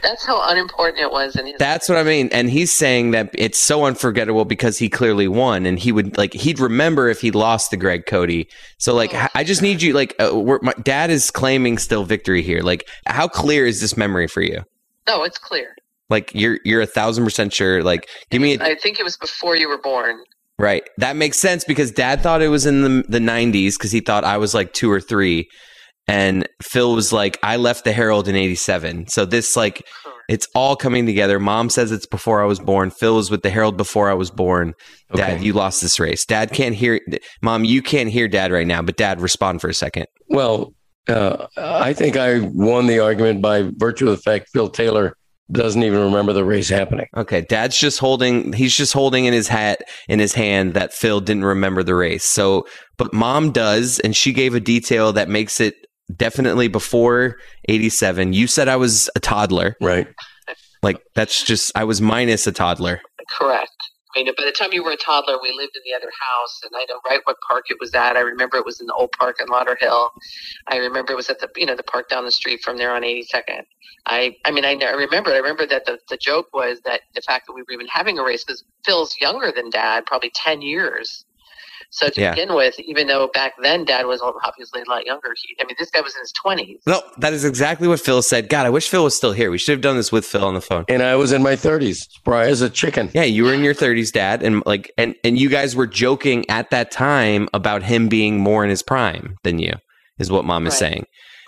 Speaker 7: That's how unimportant it was in his
Speaker 5: That's what I mean. And he's saying that it's so unforgettable because he clearly won, and he would like he'd remember if he lost to Greg Cody. So like, h- I just need you like, uh, we're, my dad is claiming still victory here. Like, how clear is this memory for you?
Speaker 7: No, it's clear.
Speaker 5: Like you're you're a thousand percent sure. Like, give me a,
Speaker 7: I think it was before you were born.
Speaker 5: right. That makes sense because Dad thought it was in the the '90s because he thought I was like two or three, and Phil was like, I left the Herald in '87. So this like it's all coming together. Mom says it's before I was born. Phil was with the Herald before I was born. Dad,
Speaker 4: Okay.
Speaker 5: you lost this race. Dad can't hear. Mom, you can't hear Dad right now, but Dad, respond for a second.
Speaker 4: Well, uh, I think I won the argument by virtue of the fact Phil Taylor doesn't even remember the race happening.
Speaker 5: Okay, Dad's just holding. He's just holding in his hat in his hand that Phil didn't remember the race. So, but Mom does, and she gave a detail that makes it definitely before '87. You said I was a toddler.
Speaker 4: Right.
Speaker 5: Like that's just I was minus a toddler.
Speaker 7: Correct. I mean, by the time you were a toddler, we lived in the other house, and I know right what park it was at. I remember it was in the old park in Lauderhill. I remember it was at the you know the park down the street from there on 82nd. I I mean I, know- I remember it. I remember that the, the joke was that the fact that we were even having a race because Phil's younger than Dad, probably 10 years. So to
Speaker 5: Yeah.
Speaker 7: begin with, even though back then Dad was obviously a lot younger, he, I mean this guy was in his 20s.
Speaker 5: No, that is exactly what Phil said. God, I wish Phil was still here. We should have done this with Phil on the phone.
Speaker 4: And I was in my 30s, spry as a chicken.
Speaker 5: Yeah, you were in your 30s, Dad, and like and and you guys were joking at that time about him being more in his prime than you, is what Mom is
Speaker 7: Right.
Speaker 5: saying.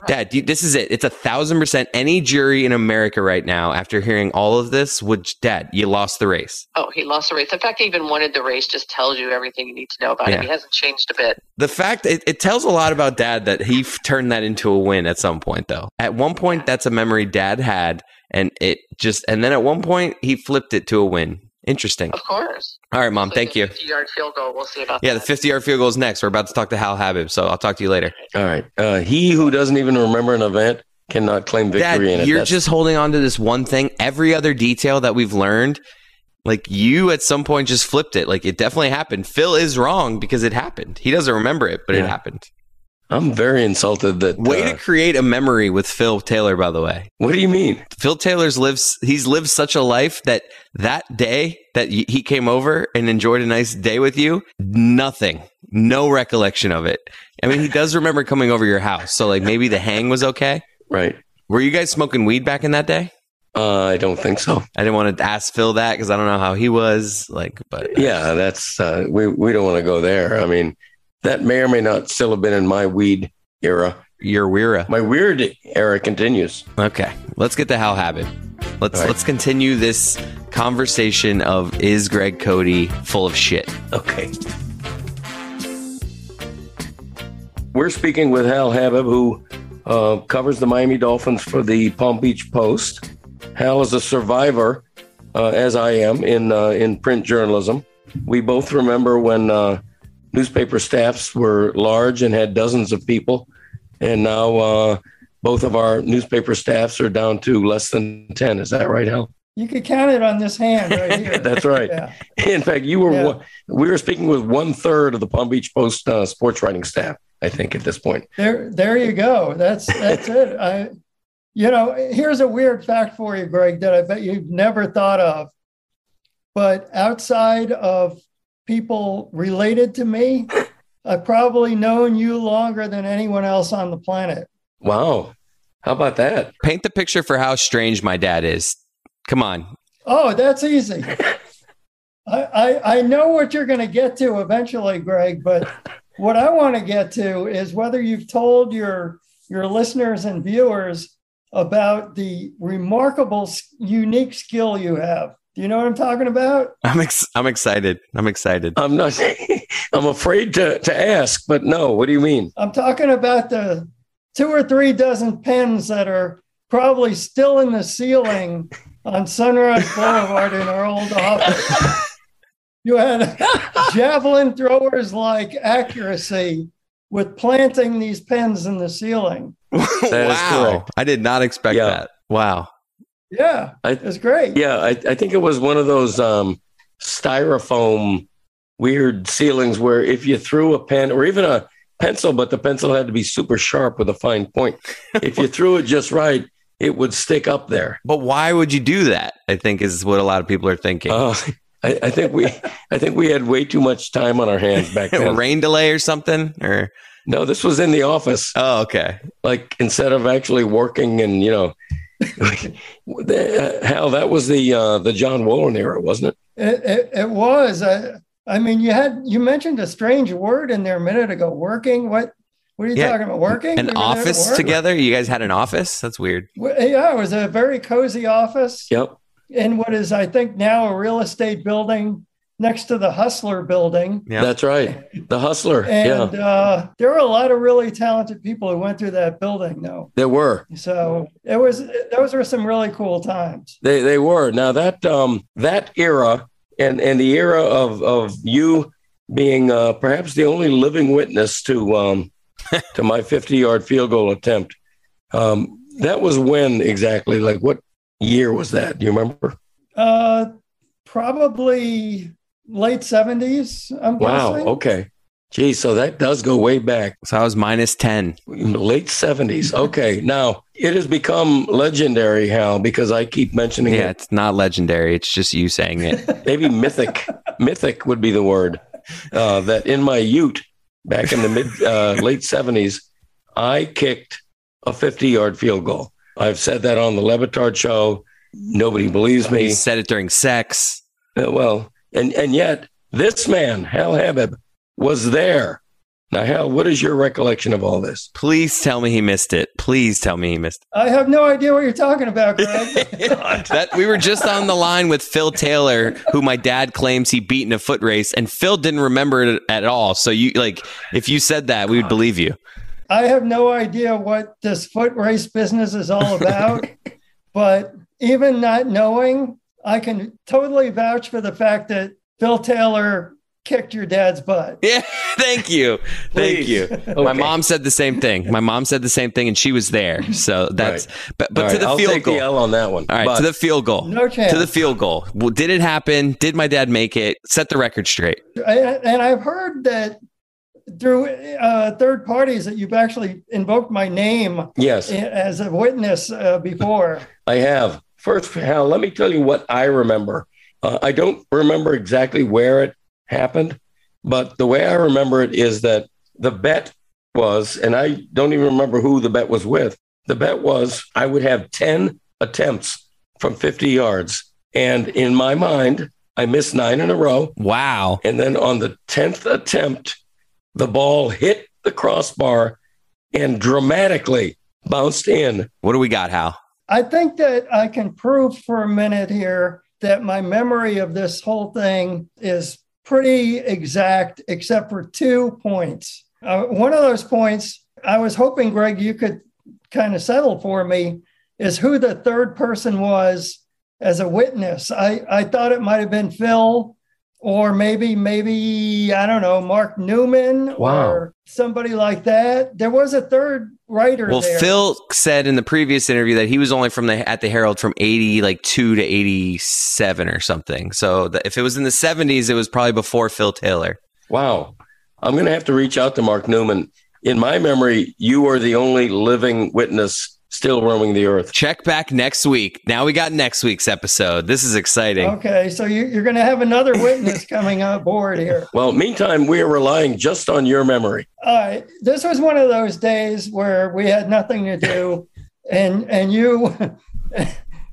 Speaker 5: Dad, you, this is it. It's a thousand percent. Any jury in America right now, after hearing all of this, would Dad, you lost the race.
Speaker 7: Oh, he lost the race. The fact he even wanted the race just tells you everything you need to know about
Speaker 5: Yeah.
Speaker 7: him. He hasn't changed a bit.
Speaker 5: The fact it, it tells a lot about Dad that he f- turned that into a win at some point, though. At one point, that's a memory Dad had, and it just and then at one point he flipped it to a win. Interesting.
Speaker 7: Of course.
Speaker 5: All right, Mom.
Speaker 7: So
Speaker 5: Um, Thank
Speaker 7: the
Speaker 5: you.
Speaker 7: 50 yard field goal. We'll see about
Speaker 5: Yeah, the
Speaker 7: that.
Speaker 5: 50 yard field goal is next. We're about to talk to Hal Habib, so I'll talk to you later.
Speaker 4: All right. Uh, he who doesn't even remember an event cannot claim
Speaker 5: Dad,
Speaker 4: victory in it.
Speaker 5: you're
Speaker 4: That's-
Speaker 5: just holding on to this one thing. Every other detail that we've learned, like you at some point just flipped it. Like it definitely happened. Phil is wrong because it happened. He doesn't remember it, but it
Speaker 4: Yeah.
Speaker 5: happened.
Speaker 4: I'm very insulted that.
Speaker 5: Way
Speaker 4: uh,
Speaker 5: to create a memory with Phil Taylor, by the way.
Speaker 4: what do you mean?
Speaker 5: Phil Taylor's lives, he's lived such a life that that day that y- he came over and enjoyed a nice day with you, nothing, no recollection of it. I mean, he does remember coming over your house. So, like, maybe the hang was okay.
Speaker 4: Right.
Speaker 5: Were you guys smoking weed back in that day?
Speaker 4: Uh, I don't think so.
Speaker 5: I didn't want to ask Phil that because I don't know how he was like, but
Speaker 4: Yeah, that's uh, we we don't want to go there. I mean, that may or may not still have been in my weed era.
Speaker 5: you're Weira.
Speaker 4: My weird era continues.
Speaker 5: Okay, let's get to Hal Habit. Let's
Speaker 4: All right.
Speaker 5: let's continue this conversation of is Greg Cody full of shit?
Speaker 4: Okay. We're speaking with Hal Habib, who uh, covers the Miami Dolphins for the Palm Beach Post. Hal is a survivor, uh, as I am, in uh, in print journalism. We both remember when uh, newspaper staffs were large and had dozens of people, and now uh, both of our newspaper staffs are down to less than ten. Is that right, Hal?
Speaker 8: You could count it on this hand right here.
Speaker 4: That's right.
Speaker 8: Yeah.
Speaker 4: In fact, you were
Speaker 8: Yeah.
Speaker 4: one, we were speaking with one third of the Palm Beach Post uh, sports writing staff. I think at this point,
Speaker 8: There, there you go. That's that's it. I, you know, here's a weird fact for you, Greg, that I bet you've never thought of. But outside of people related to me, I've probably known you longer than anyone else on the planet.
Speaker 4: wow, how about that?
Speaker 5: Paint the picture for how strange my dad is. Come on,
Speaker 8: Oh, that's easy. I, I, I know what you're going to get to eventually, Greg, but what I want to get to is whether you've told your your listeners and viewers
Speaker 2: about the remarkable, s- unique skill you have. Do you know what I'm talking about?
Speaker 5: I'm ex- I'm excited. I'm excited.
Speaker 4: I'm not. I'm afraid to, to ask, but no. What do you mean?
Speaker 2: I'm talking about the two or three dozen pens that are probably still in the ceiling on Sunrise Boulevard in our old office. You had javelin throwers like accuracy with planting these pens in the ceiling.
Speaker 4: is
Speaker 5: wow.
Speaker 4: correct.
Speaker 5: I did not expect
Speaker 4: Yeah.
Speaker 5: that. Wow.
Speaker 2: Yeah,
Speaker 4: I-
Speaker 2: it's great.
Speaker 4: Yeah, I, I think it was one of those um, styrofoam weird ceilings where if you threw a pen or even a pencil, but the pencil had to be super sharp with a fine point. If you threw it just right, it would stick up there.
Speaker 5: But why would you do that? I think is what a lot of people are thinking.
Speaker 4: Uh, I, I think we, I think we had way too much time on our hands back then.
Speaker 5: Rain delay or something? Or
Speaker 4: No, this was in the office.
Speaker 5: oh, okay.
Speaker 4: Like instead of actually working, and you know, the- Hal, that was the uh, the John Woolen era, wasn't it?
Speaker 2: It, it, it was. I, I mean, you had you mentioned a strange word in there a minute ago. Working. What? What are you
Speaker 5: Yeah,
Speaker 2: talking about? Working.
Speaker 5: An
Speaker 2: We were there to
Speaker 5: office
Speaker 2: work?
Speaker 5: together? You guys had an office? That's weird.
Speaker 2: Well, Yeah, it was a very cozy office
Speaker 4: Yep.
Speaker 2: in what is, I think, now a real estate building next to the Hustler building.
Speaker 5: Yeah.
Speaker 4: That's right. The Hustler.
Speaker 2: And
Speaker 4: yeah,
Speaker 2: uh, there were a lot of really talented people who went through that building, though.
Speaker 4: there were.
Speaker 2: So it was. Those were some really cool times.
Speaker 4: They they were. Now that um that era and and the era of of you being uh, perhaps the only living witness to um to my 50 yard field goal attempt. Um, that was when exactly? Like what year was that? Do you remember?
Speaker 2: Uh, probably late seventies. I'm
Speaker 4: Wow.
Speaker 2: guessing.
Speaker 4: Okay. Gee, so that does go way back,
Speaker 5: So I was minus ten.
Speaker 4: late seventies. Okay. Now it has become legendary, Hal, because I keep mentioning
Speaker 5: Yeah,
Speaker 4: it.
Speaker 5: it's not legendary. It's just you saying it.
Speaker 4: Maybe mythic. mythic would be the word. Uh, that in my Ute back in the mid uh, late seventies, I kicked a fifty-yard field goal. I've said that on the Levitard show. Nobody believes
Speaker 5: you
Speaker 4: me.
Speaker 5: said it during sex.
Speaker 4: Uh, well, and and yet this man, Hal Habib, was there. Now, Hal, what is your recollection of all this?
Speaker 5: Please tell me he missed it. Please tell me he missed
Speaker 2: I have no idea what you're talking about, Greg.
Speaker 5: it. that we were just on the line with Phil Taylor, who my dad claims he beat in a foot race, and Phil didn't remember it at all. So you like if you said that, we would believe you.
Speaker 2: I have no idea what this foot race business is all about, but even not knowing, I can totally vouch for the fact that Phil Taylor kicked your dad's butt.
Speaker 5: Yeah, thank you. Thank
Speaker 4: Please.
Speaker 5: you. My mom said the same thing. My mom said the same thing and she was there. So that's but but
Speaker 4: All
Speaker 5: to
Speaker 4: right,
Speaker 5: the
Speaker 4: I'll
Speaker 5: field
Speaker 4: take
Speaker 5: goal.
Speaker 4: the L on that one.
Speaker 5: all right,
Speaker 4: But
Speaker 5: to the field goal.
Speaker 2: No chance.
Speaker 5: to the field goal. Well, did it happen? Did my dad make it? Set the record straight.
Speaker 2: And and I've heard that through uh, third parties that you've actually invoked my name
Speaker 4: yes,
Speaker 2: as a witness uh, before.
Speaker 4: I have. First, Hal, let me tell you what I remember. Uh, I don't remember exactly where it happened, but the way I remember it is that the bet was, and I don't even remember who the bet was with. The bet was I would have 10 attempts from 50 yards. And in my mind, I missed nine in a row.
Speaker 5: Wow.
Speaker 4: And then on the 10th attempt, the ball hit the crossbar and dramatically bounced in.
Speaker 5: What do we got, Hal?
Speaker 2: I think that I can prove for a minute here that my memory of this whole thing is pretty exact, except for two points. Uh, one of those points I was hoping, Greg, you could kind of settle for me is who the third person was as a witness. I, I thought it might have been Phil or maybe, maybe, I don't know, Mark Newman
Speaker 4: Wow.
Speaker 2: or somebody like that. There was a third writer
Speaker 5: Well,
Speaker 2: there.
Speaker 5: Phil said in the previous interview that he was only from the at the Herald from eighty like two to eighty seven or something. So the, if it was in the seventies, it was probably before Phil Taylor.
Speaker 4: Wow. I'm going to have to reach out to Mark Newman. In my memory, you are the only living witness still roaming the earth.
Speaker 5: Check back next week. Now we got next week's episode. This is exciting.
Speaker 4: Oh.
Speaker 2: Okay, so you, you're going to have another witness coming on board here.
Speaker 4: Well, meantime, we are relying just on your memory.
Speaker 2: All right, this was one of those days where we had nothing to do, and and you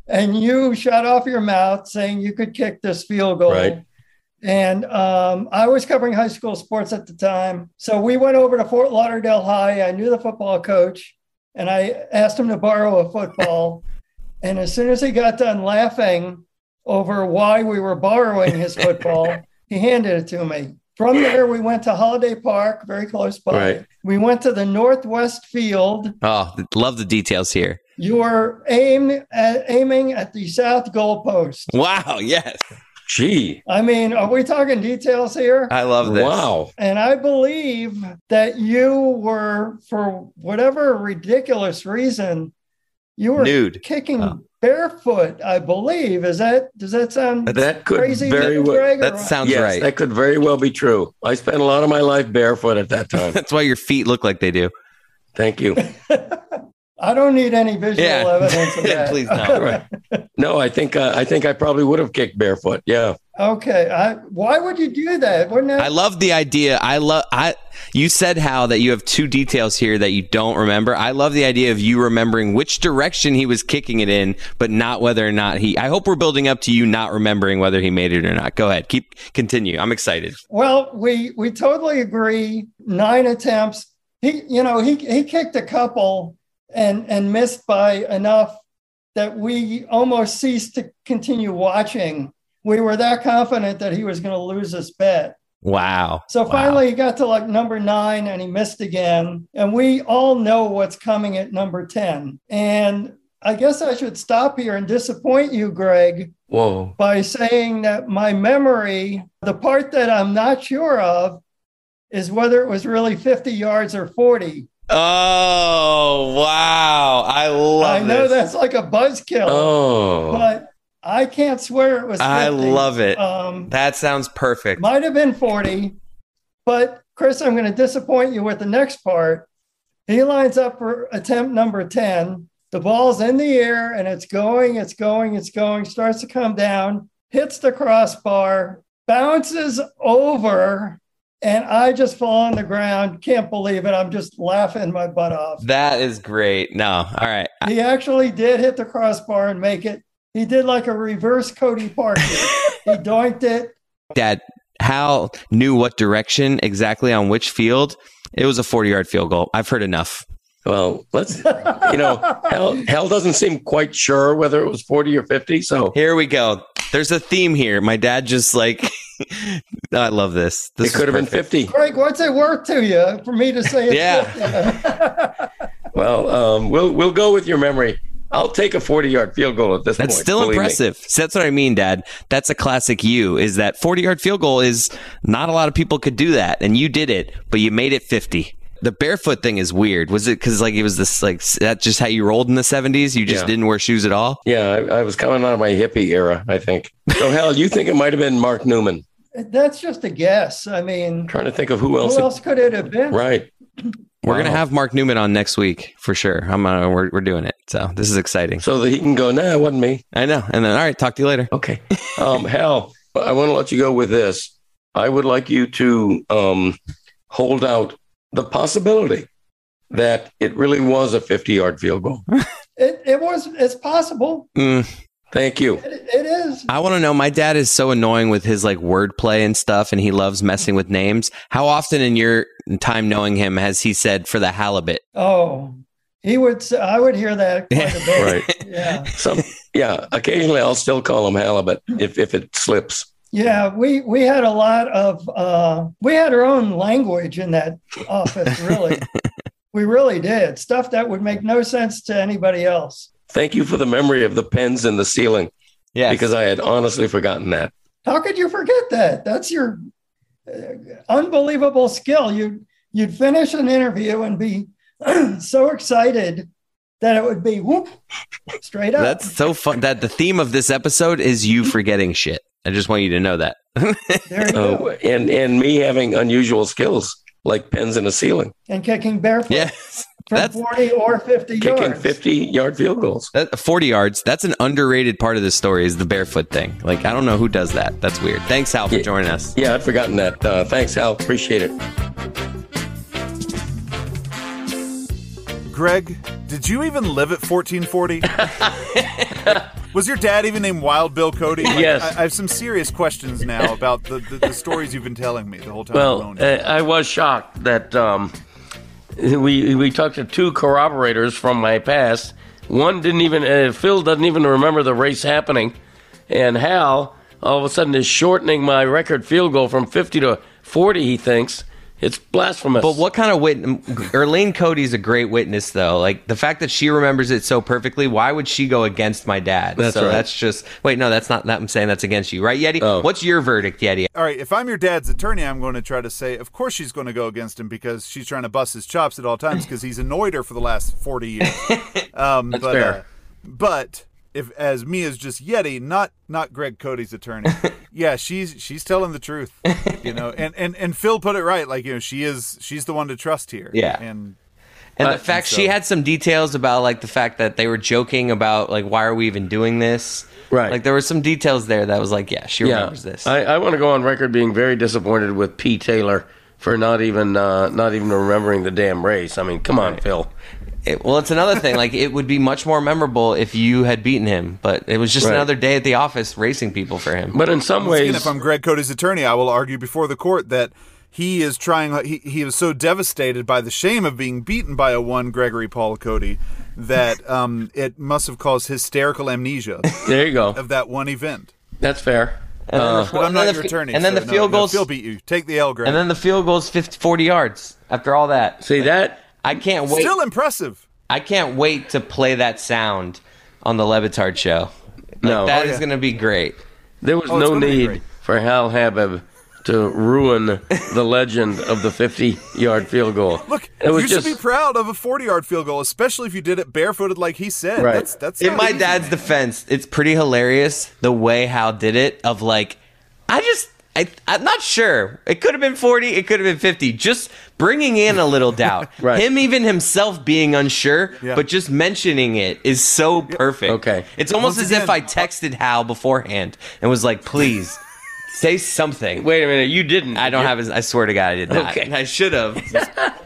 Speaker 2: and you shut off your mouth saying you could kick this field
Speaker 8: Oh,
Speaker 2: goal.
Speaker 4: Right.
Speaker 2: And um, I was covering high school sports at the time, so we went over to Fort Lauderdale High. I knew the football coach,
Speaker 8: and I asked him to borrow a football. and as soon as he got done laughing over why we were borrowing his football, he handed it to me. From there, we went to Holiday Park, very close by.
Speaker 4: Right.
Speaker 8: We went to the Northwest Field.
Speaker 5: Oh, love the details here.
Speaker 8: You were aim at, aiming at the south goalpost.
Speaker 5: Wow. Yes.
Speaker 4: Gee,
Speaker 8: I mean, are we talking details here?
Speaker 5: I love this.
Speaker 4: wow.
Speaker 8: And I believe that you were, for whatever ridiculous reason, you were
Speaker 5: Nude.
Speaker 8: kicking
Speaker 5: Oh.
Speaker 8: barefoot. I believe is that does that sound
Speaker 4: That could
Speaker 8: crazy?
Speaker 4: very
Speaker 8: Mr.
Speaker 4: well.
Speaker 8: Greg, or-
Speaker 5: That sounds
Speaker 4: yes,
Speaker 5: right.
Speaker 4: that could very well be true. I spent a lot of my life barefoot at that time.
Speaker 5: That's why your feet look like they do.
Speaker 4: Thank you.
Speaker 8: I don't need any visual
Speaker 5: Yeah.
Speaker 8: evidence of that.
Speaker 5: Please no.
Speaker 4: Right. No, I think uh, I think I probably would have kicked barefoot. Yeah.
Speaker 8: Okay, I, why would you do that? Wouldn't that
Speaker 5: I love the idea. I love I you said how that you have two details here that you don't remember. I love the idea of you remembering which direction he was kicking it in, but not whether or not he I hope we're building up to you not remembering whether he made it or not. Go ahead. Keep continue. I'm excited.
Speaker 8: Well, we we totally agree. Nine attempts. He, you know, he he kicked a couple and and missed by enough that we almost ceased to continue watching. We were that confident that he was going to lose this bet.
Speaker 5: Wow.
Speaker 8: So
Speaker 5: Wow.
Speaker 8: finally, he got to like number nine and he missed again. And we all know what's coming at number ten. And I guess I should stop here and disappoint you, Greg
Speaker 4: Whoa.
Speaker 8: by saying that my memory, the part that I'm not sure of, is whether it was really 50 yards or 40.
Speaker 5: Oh, wow. I love
Speaker 8: I know
Speaker 5: this.
Speaker 8: that's like a buzzkill,
Speaker 4: Oh.
Speaker 8: but I can't swear it was 50.
Speaker 5: I love it.
Speaker 8: Um,
Speaker 5: That sounds perfect.
Speaker 8: might have been 40, but Chris, I'm going to disappoint you with the next part. He lines up for attempt number 10. The ball's in the air and it's going, it's going, it's going, starts to come down, hits the crossbar, bounces over, and I just fall on the ground. Can't believe it. I'm just laughing my butt off.
Speaker 5: That is great. No. All right.
Speaker 8: He actually did hit the crossbar and make it. He did like a reverse Cody Parker. he doinked it.
Speaker 5: Dad, Hal knew what direction exactly on which field. It was a 40 yard field goal. I've heard enough.
Speaker 4: Well, let's you know, hell hell doesn't seem quite sure whether it was 40 or 50, so
Speaker 5: Here we go. There's a theme here. My dad just like, I love this. This
Speaker 4: it could have
Speaker 5: was
Speaker 4: been
Speaker 5: perfect.
Speaker 4: 50.
Speaker 8: Greg, what's it worth to you Uh, for me to say it's
Speaker 5: Yeah.
Speaker 8: 50?
Speaker 4: Well, um, we'll we'll go with your memory. I'll take a 40-yard field goal at this point.
Speaker 5: That's still
Speaker 4: believe me.
Speaker 5: impressive. See, that's what I mean, Dad. That's a classic you is that 40 yard field goal is not a lot of people could do that. And you did it, but you made it 50. The barefoot thing is weird. Was it because like it was this like s- that just how you rolled in the 70s? You just
Speaker 4: Yeah.
Speaker 5: didn't wear shoes at all?
Speaker 4: Yeah, I, I was coming out of my hippie era, I think. So, Hal, you think it might have been Mark Newman?
Speaker 8: That's just a guess. I mean,
Speaker 4: trying to think of who else.
Speaker 8: who else could it have been?
Speaker 4: Right.
Speaker 5: We're gonna
Speaker 4: Wow.
Speaker 5: have Mark Newman on next week for sure. I'm uh, we're we're doing it. So this is exciting.
Speaker 4: so that he can go. Nah, it wasn't me.
Speaker 5: I know. And then all right, talk to you later.
Speaker 4: Okay. Um, Hal, I want to let you go with this. I would like you to um, hold out the possibility that it really was a 50 yard field goal.
Speaker 8: It, it was, it's possible.
Speaker 5: Mm,
Speaker 4: Thank you.
Speaker 8: It, it is.
Speaker 5: I want to know. My dad is so annoying with his like wordplay and stuff, and he loves messing with names. How often in your time knowing him has he said for the halibut?
Speaker 8: Oh, he would, say, I would hear that quite a bit.
Speaker 4: Right.
Speaker 8: Yeah.
Speaker 4: Some, yeah, occasionally I'll still call him Halibut if, if it slips.
Speaker 8: Yeah. We, we had a lot of, uh, we had our own language in that office, really. we really did. Stuff that would make no sense to anybody else.
Speaker 4: Thank you for the memory of the pens in the ceiling
Speaker 5: Yeah,
Speaker 4: because I had honestly forgotten that.
Speaker 8: How could you forget that? That's your uh, unbelievable skill. You you'd finish an interview and be so excited that it would be whoop straight up.
Speaker 5: that's so fun. That the theme of this episode is you forgetting shit. I just want you to know that.
Speaker 8: there you
Speaker 4: Uh,
Speaker 8: go.
Speaker 4: and, and me having unusual skills like pens in a ceiling,
Speaker 8: And kicking barefoot
Speaker 5: Yes,
Speaker 8: from
Speaker 5: that's-
Speaker 8: forty or fifty
Speaker 4: kicking
Speaker 8: yards.
Speaker 4: 50 yard field goals.
Speaker 5: that, forty yards. That's an underrated part of this story is the barefoot thing. Like I don't know who does that. That's weird. Thanks, Hal, for
Speaker 4: Yeah.
Speaker 5: joining us.
Speaker 4: Yeah, I'd forgotten that. Uh, thanks, Hal. Appreciate it.
Speaker 1: Greg, did you even live at 1440? Was your dad even named Wild Bill Cody? Like,
Speaker 9: Yes.
Speaker 1: I, I have some serious questions now about
Speaker 4: uh,
Speaker 1: the, the, the stories you've been telling me the whole time. I've
Speaker 9: Well,
Speaker 1: known
Speaker 9: uh,
Speaker 1: you.
Speaker 9: I was shocked that um,
Speaker 4: we we talked to two corroborators from my past. One didn't even uh, Phil doesn't even remember the race happening, and Hal all of a sudden is shortening my record field goal from fifty to forty. He thinks it's blasphemous.
Speaker 5: But what kind of witness? Erlene Cody's a great witness, though. Like the fact that she remembers it so perfectly. Why would she go against my dad?
Speaker 4: That's
Speaker 5: so
Speaker 4: right.
Speaker 5: that's just. Wait, no, that's not. That I'm saying that's against you, right, Yeti?
Speaker 4: Oh.
Speaker 5: What's your verdict, Yeti?
Speaker 1: All right, if I'm your dad's attorney, I'm going to try to say, of course she's going to go against him because she's trying to bust his chops at all times because he's annoyed her for the last 40 years. Um, That's but,
Speaker 4: fair.
Speaker 1: uh, but if as me as just Yeti, not not Greg Cody's attorney, yeah, she's she's telling the truth, you know. And, and and Phil put it right, like you know, she is she's the one to trust here.
Speaker 5: Yeah.
Speaker 1: and
Speaker 5: And
Speaker 4: Uh,
Speaker 5: the fact she had some details about like the fact that they were joking about like why are we even doing this?
Speaker 4: Right.
Speaker 5: Like there were some details there that was like, yeah, she remembers this.
Speaker 4: I, I want to go on record being very disappointed with P. Taylor for not even uh, not even remembering the damn race. I mean, come on, Phil.
Speaker 5: It- well, it's another thing. Like it would be much more memorable if you had beaten him, but it was just
Speaker 4: Right.
Speaker 5: another day at the office racing people for him.
Speaker 4: But in some
Speaker 1: And
Speaker 4: ways,
Speaker 1: if I'm um, Greg Cody's attorney, I will argue before the court that he is trying. He, he was so devastated by the shame of being beaten by a one Gregory Paul Cody that um, it must have caused hysterical amnesia
Speaker 4: there you go.
Speaker 1: of that one event.
Speaker 4: That's fair. Uh,
Speaker 1: But I'm
Speaker 5: Well,
Speaker 1: not
Speaker 5: and
Speaker 1: your
Speaker 5: the fi-
Speaker 1: attorney.
Speaker 5: and then
Speaker 1: so
Speaker 5: the
Speaker 1: no,
Speaker 5: field
Speaker 1: no,
Speaker 5: goals-
Speaker 1: Phil beat you. Take the L, Greg.
Speaker 5: and then the field goal's 50, 40 yards after all that.
Speaker 4: see that?
Speaker 5: I can't wait.
Speaker 1: Still impressive.
Speaker 5: I can't wait to play that sound on the Levitard show.
Speaker 4: No,
Speaker 5: That is going to be great.
Speaker 4: there was
Speaker 1: Oh, it's
Speaker 4: no
Speaker 1: gonna be
Speaker 4: need
Speaker 1: great.
Speaker 4: for Hal Habib to ruin the legend of the 50-yard field goal.
Speaker 1: Look,
Speaker 4: it was
Speaker 1: you
Speaker 4: just
Speaker 1: should be proud of a 40-yard field goal, especially if you did it barefooted, like he said.
Speaker 4: Right.
Speaker 1: That's that's
Speaker 5: In
Speaker 1: not
Speaker 5: my
Speaker 1: easy.
Speaker 5: dad's defense, it's pretty hilarious the way Hal did it. Of like, I just, I, I'm not sure. It could have been 40. It could have been 50. Just bringing in a little doubt.
Speaker 4: Right.
Speaker 5: Him even himself being unsure,
Speaker 1: Yeah.
Speaker 5: but just mentioning it is so perfect.
Speaker 4: Okay.
Speaker 5: It's almost
Speaker 1: Once
Speaker 5: as if
Speaker 1: again-
Speaker 5: I texted Hal beforehand and was like, please say something.
Speaker 4: Wait a minute, you didn't.
Speaker 5: I don't have his. I swear to God, I did not.
Speaker 4: Okay.
Speaker 5: I should have.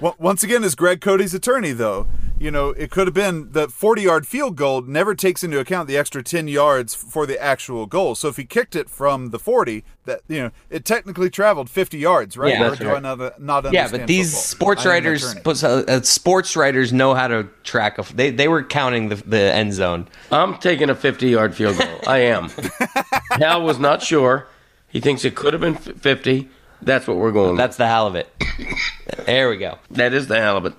Speaker 1: Well, once again, as Greg Cody's attorney, though, you know, it could have been the 40 yard field goal never takes into account the extra 10 yards for the actual goal. So if he kicked it from the 40, that, you know, it technically traveled 50 yards, right?
Speaker 5: Yeah.
Speaker 1: or
Speaker 5: That's
Speaker 1: do I
Speaker 4: right.
Speaker 1: not, uh, not understand
Speaker 5: yeah, but these
Speaker 1: football?
Speaker 5: sports
Speaker 1: I am an
Speaker 5: writers,
Speaker 1: attorney.
Speaker 5: but, uh, uh, sports writers know how to track. A, they they were counting the, the end zone.
Speaker 4: I'm taking a 50 yard field goal. I am. Hal was not sure. He thinks it could have been f- 50. That's what we're going. That's
Speaker 5: That's the hell of it. there we go.
Speaker 4: that is the halibut.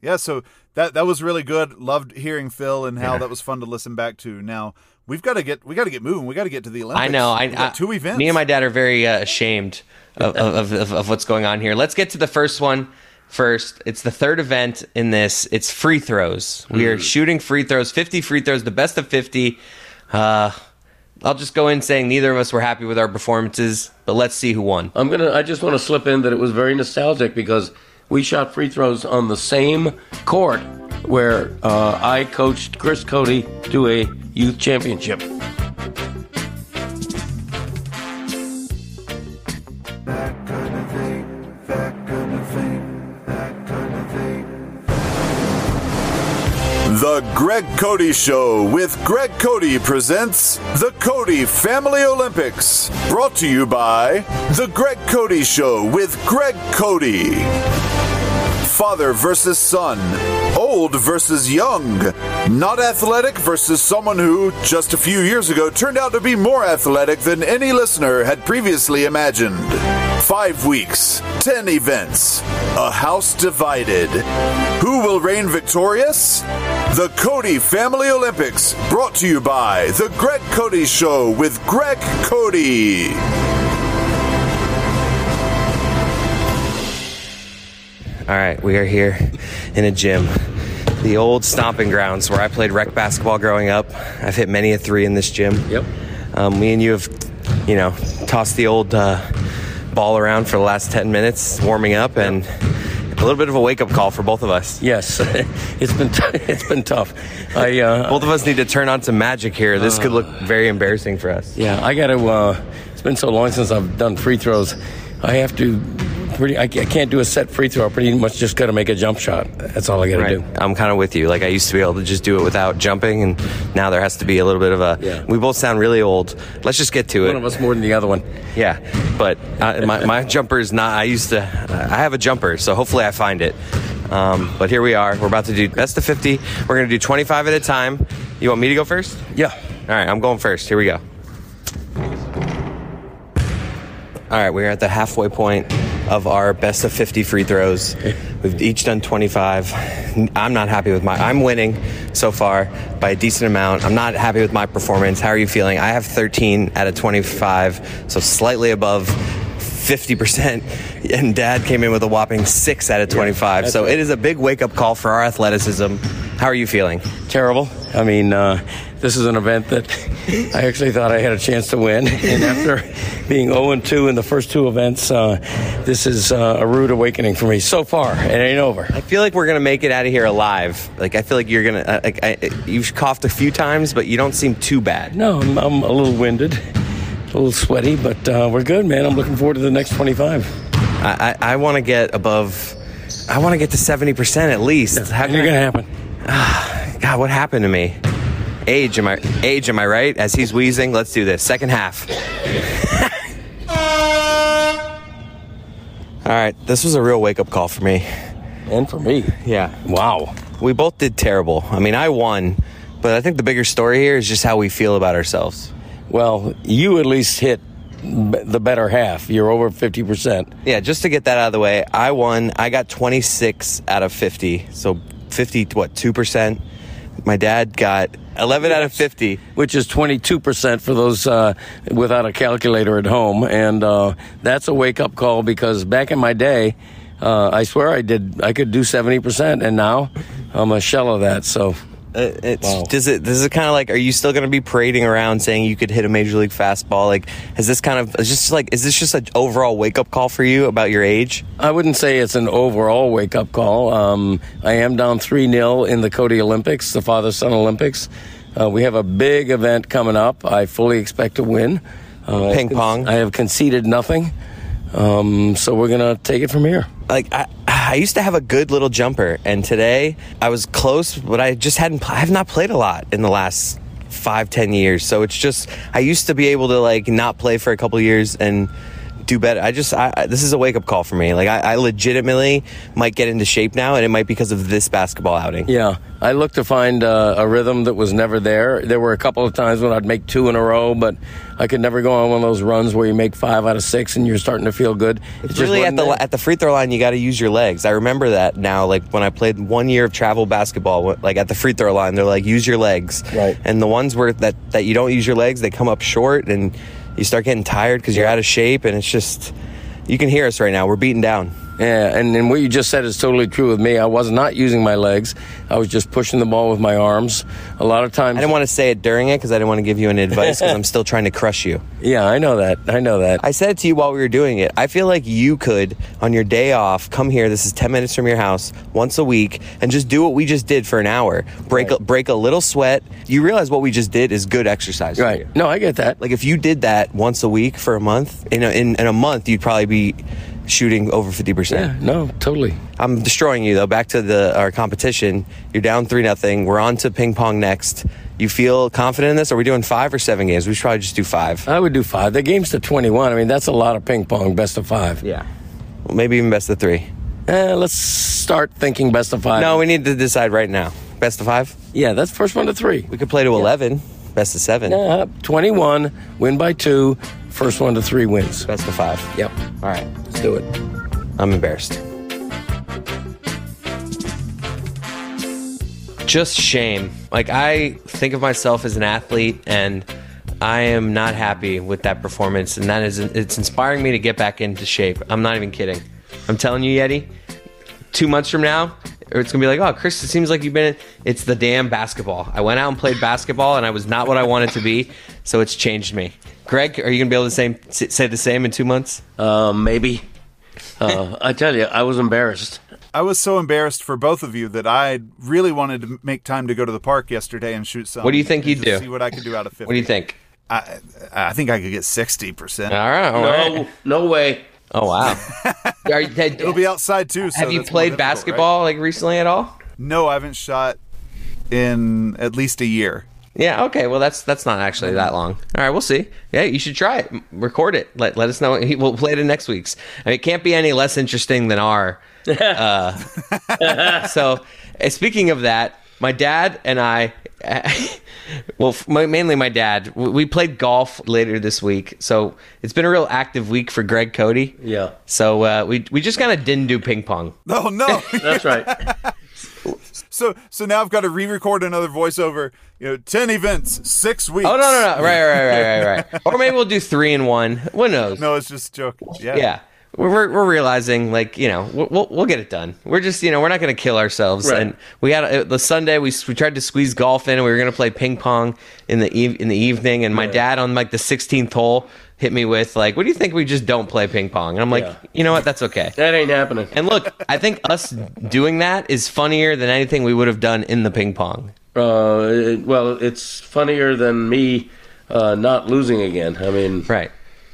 Speaker 1: Yeah, so that that was really good. Loved hearing Phil and Hal. That was fun to listen back to. Now, we've got to get we got to get moving. We got to get to the Olympics.
Speaker 5: I know. I,
Speaker 1: We've got
Speaker 5: I-
Speaker 1: two events.
Speaker 5: Me and my dad are very uh, ashamed of, of, of, of what's going on here. Let's get to the first one first. It's the third event in this. It's free throws. We
Speaker 1: Hmm.
Speaker 5: are shooting free throws, 50 free throws, the best of 50. Uh, I'll just go in saying neither of us were happy with our performances, but let's see who won.
Speaker 4: I'm gonna. I just want to slip in that it was very nostalgic because we shot free throws on the same court where uh, I coached Chris Cody to a youth championship.
Speaker 1: The Greg Cody Show with Greg Cody presents the Cody Family Olympics. Brought to you by The Greg Cody Show with Greg Cody. Father versus son, old versus young, not athletic versus someone who, just a few years ago, turned out to be more athletic than any listener had previously imagined. Five weeks, ten events, a house divided. Who will reign victorious? The Cody Family Olympics, brought to you by The Greg Cody Show with Greg Cody.
Speaker 5: All right, we are here in a gym. The old stomping grounds where I played rec basketball growing up. I've hit many a three in this gym.
Speaker 4: Yep.
Speaker 5: Um, me and you have, you know, tossed the old uh, ball around for the last 10 minutes, warming up, and a little bit of a wake up call for both of us.
Speaker 4: Yes, it's been t- it's been tough. I uh,
Speaker 5: Both of us need to turn on some magic here. This could look very embarrassing for us.
Speaker 4: Yeah, I got to. Uh, it's been so long since I've done free throws. I have to pretty. I ca- I can't do a set free throw. I pretty much just got to make a jump shot. That's all I got to do.
Speaker 5: I'm kind of with you. Like I used to be able to just do it without jumping, and now there has to be a little bit of a.
Speaker 4: Yeah.
Speaker 5: We both sound really old. Let's just get to
Speaker 4: One
Speaker 5: it.
Speaker 4: of us more than the other one.
Speaker 5: Yeah, but I, my my jumper is not. I used to. I have a jumper, so hopefully I find it. Um, but here we are. We're about to do best of 50. We're gonna do 25 at a time. You want me to go first?
Speaker 4: Yeah.
Speaker 5: All right, I'm going first. Here we go. All right, we're at the halfway point of our best of 50 free throws. We've each done 25. I'm not happy with my. I'm winning so far by a decent amount. I'm not happy with my performance. How are you feeling? I have 13 out of 25, so slightly above 50%. And Dad came in with a whopping six out of 25. so it is a big wake up call for our athleticism. How are you feeling?
Speaker 4: terrible. I mean, uh, this is an event that I actually thought I had a chance to win. And after being 0 and 2 in the first two events, uh, this is uh, a rude awakening for me so far. It ain't over.
Speaker 5: I feel like we're gonna make it out of here alive. Like I feel like you're gonna. Uh, like I, you've coughed a few times, but you don't seem too bad.
Speaker 4: No, I'm, I'm a little winded, a little sweaty, but uh, we're good, man. I'm looking forward to the next 25.
Speaker 5: I I, I want to get above. I want to get to seventy percent at least. How
Speaker 4: And you're going to
Speaker 5: I-
Speaker 4: happen.
Speaker 5: God, what happened to me? Age, am I? Age, am I right? As he's wheezing, let's do this. Second half. All right, this was a real wake up call for me.
Speaker 4: And for me.
Speaker 5: Yeah.
Speaker 4: Wow.
Speaker 5: We both did terrible. I mean, I won, but I think the bigger story here is just how we feel about ourselves.
Speaker 4: Well, you at least hit b- the better half. You're over 50%.
Speaker 5: Yeah, just to get that out of the way, I won. I got 26 out of 50. So 50, what, 2%? My dad got 11 out of 50.
Speaker 4: which is 22% for those uh, without a calculator at home. And uh, that's a wake up call because back in my day, uh, I swear I did, I could do 70%, and now I'm a shell of that. So,
Speaker 5: Uh, It's,
Speaker 4: Wow.
Speaker 5: Does it? This is kind of like, are you still going to be parading around saying you could hit a major league fastball? Like, is this kind of is just like is this just an overall wake up call for you about your age?
Speaker 4: I wouldn't say it's an overall wake up call. Um, I am down 3 0 in the Cody Olympics, the father son Olympics. Uh, we have a big event coming up. I fully expect to win. Uh,
Speaker 5: Ping pong.
Speaker 4: I have conceded nothing. Um, so we're going to take it from here.
Speaker 5: like I, I used to have a good little jumper, and today I was close, but I just hadn't. pl- I have not played a lot in the last five, ten years. So it's just I used to be able to like not play for a couple years and do better. I just I, I, this is a wake up call for me. Like I, I legitimately might get into shape now, and it might be because of this basketball outing.
Speaker 4: Yeah, I looked to find uh, a rhythm that was never there. There were a couple of times when I'd make two in a row, but I could never go on one of those runs where you make five out of six and you're starting to feel good. It just
Speaker 5: really at
Speaker 4: wasn't
Speaker 5: the
Speaker 4: there.
Speaker 5: at the free throw line you got to use your legs i remember that now like when i played one year of travel basketball wh- like at the free throw line they're like use your legs
Speaker 4: Right.
Speaker 5: and the ones where that that you don't use your legs they come up short and you start getting tired because you're out of shape and it's just you can hear us right now we're beaten down
Speaker 4: Yeah, and, and what you just said is totally true with me. I was not using my legs. I was just pushing the ball with my arms. A lot of times,
Speaker 5: i didn't want to say it during it because i didn't want to give you any advice because i'm still trying to crush you
Speaker 4: yeah, I know that. I know that.
Speaker 5: I said it to you while we were doing it. I feel like you could, on your day off, come here. This is ten minutes from your house, once a week, and just do what we just did for an hour. Break a, break a little sweat. You realize what we just did is good exercise. for you.
Speaker 4: right? No, I get that.
Speaker 5: Like if you did that once a week for a month, in a, in, in a month, you'd probably be shooting over fifty
Speaker 4: yeah,
Speaker 5: percent.
Speaker 4: no, totally.
Speaker 5: I'm destroying you though. Back to the our competition. You're down three nothing. We're on to ping pong next. You feel confident in this? Are we doing five or seven games? We should probably just do five.
Speaker 4: I would do five. The game's to twenty-one. I mean, that's a lot of ping pong, best of five.
Speaker 5: Yeah. Maybe even best of three.
Speaker 4: Eh, let's start thinking best of five.
Speaker 5: No, we need to decide right now. Best of five?
Speaker 4: Yeah, that's first one to three.
Speaker 5: We could play to 11. Best of seven.
Speaker 4: Uh, 21, win by two, first one to three wins.
Speaker 5: Best of five.
Speaker 4: Yep.
Speaker 5: All right.
Speaker 4: Let's do it.
Speaker 5: I'm embarrassed. Just shame. Like, I think of myself as an athlete, and I am not happy with that performance. And that is, it's inspiring me to get back into shape. I'm not even kidding. I'm telling you, Yeti, two months from now, or it's gonna be like, oh, Chris, it seems like you've been. It's the damn basketball. I went out and played basketball, and I was not what I wanted to be, so it's changed me. Greg, are you gonna be able to same, say the same in two months?
Speaker 4: Uh, maybe. Uh, I tell you, I was embarrassed.
Speaker 1: I was so embarrassed for both of you that I really wanted to make time to go to the park yesterday and shoot some.
Speaker 5: What do you think
Speaker 1: and
Speaker 5: you'd
Speaker 1: just
Speaker 5: do?
Speaker 1: See what I could do out of fifty.
Speaker 5: What do you think?
Speaker 1: I, I think I could get sixty percent.
Speaker 5: All right, all right.
Speaker 9: No, no way.
Speaker 5: Oh wow. Are you- had-
Speaker 1: It'll be outside too. so
Speaker 5: have you
Speaker 1: that's more
Speaker 5: played
Speaker 1: difficult, right?
Speaker 5: basketball like recently at all?
Speaker 1: No, I haven't shot in at least a year.
Speaker 5: Yeah. Okay. Well, that's that's not actually that long. All right. We'll see. Yeah, you should try it. M- Record it. Let let us know. We'll play it in next week's. I mean, it can't be any less interesting than our. Uh, so, uh, speaking of that, my dad and I. eh, well, f- my, mainly my dad. w- We played golf later this week, so it's been a real active week for Greg Cody.
Speaker 4: Yeah,
Speaker 5: So uh, we we just kind of didn't do ping pong.
Speaker 1: Oh no!
Speaker 4: that's right.
Speaker 1: so so now I've got to re-record another voiceover. You know, ten events, six weeks.
Speaker 5: Oh no no no! Right right right right right. or maybe we'll do three and one. Who knows?
Speaker 1: No, it's just a joke. Yeah.
Speaker 5: yeah we're, we're, we're realizing like you know we'll, we'll, we'll get it done we're just you know we're not going to kill ourselves
Speaker 4: Right.
Speaker 5: and we had uh, the sunday we, s- we tried to squeeze golf in and we were going to play ping pong in the eve, in the evening and my dad on like the 16th hole hit me with like what do you think we just don't play ping pong and i'm like
Speaker 4: Yeah.
Speaker 5: you know what that's okay
Speaker 4: That ain't happening.
Speaker 5: and look i think us doing that is funnier than anything we would have done in the ping pong
Speaker 4: Uh, it- well, it's funnier than me uh, not losing again. I mean,
Speaker 5: right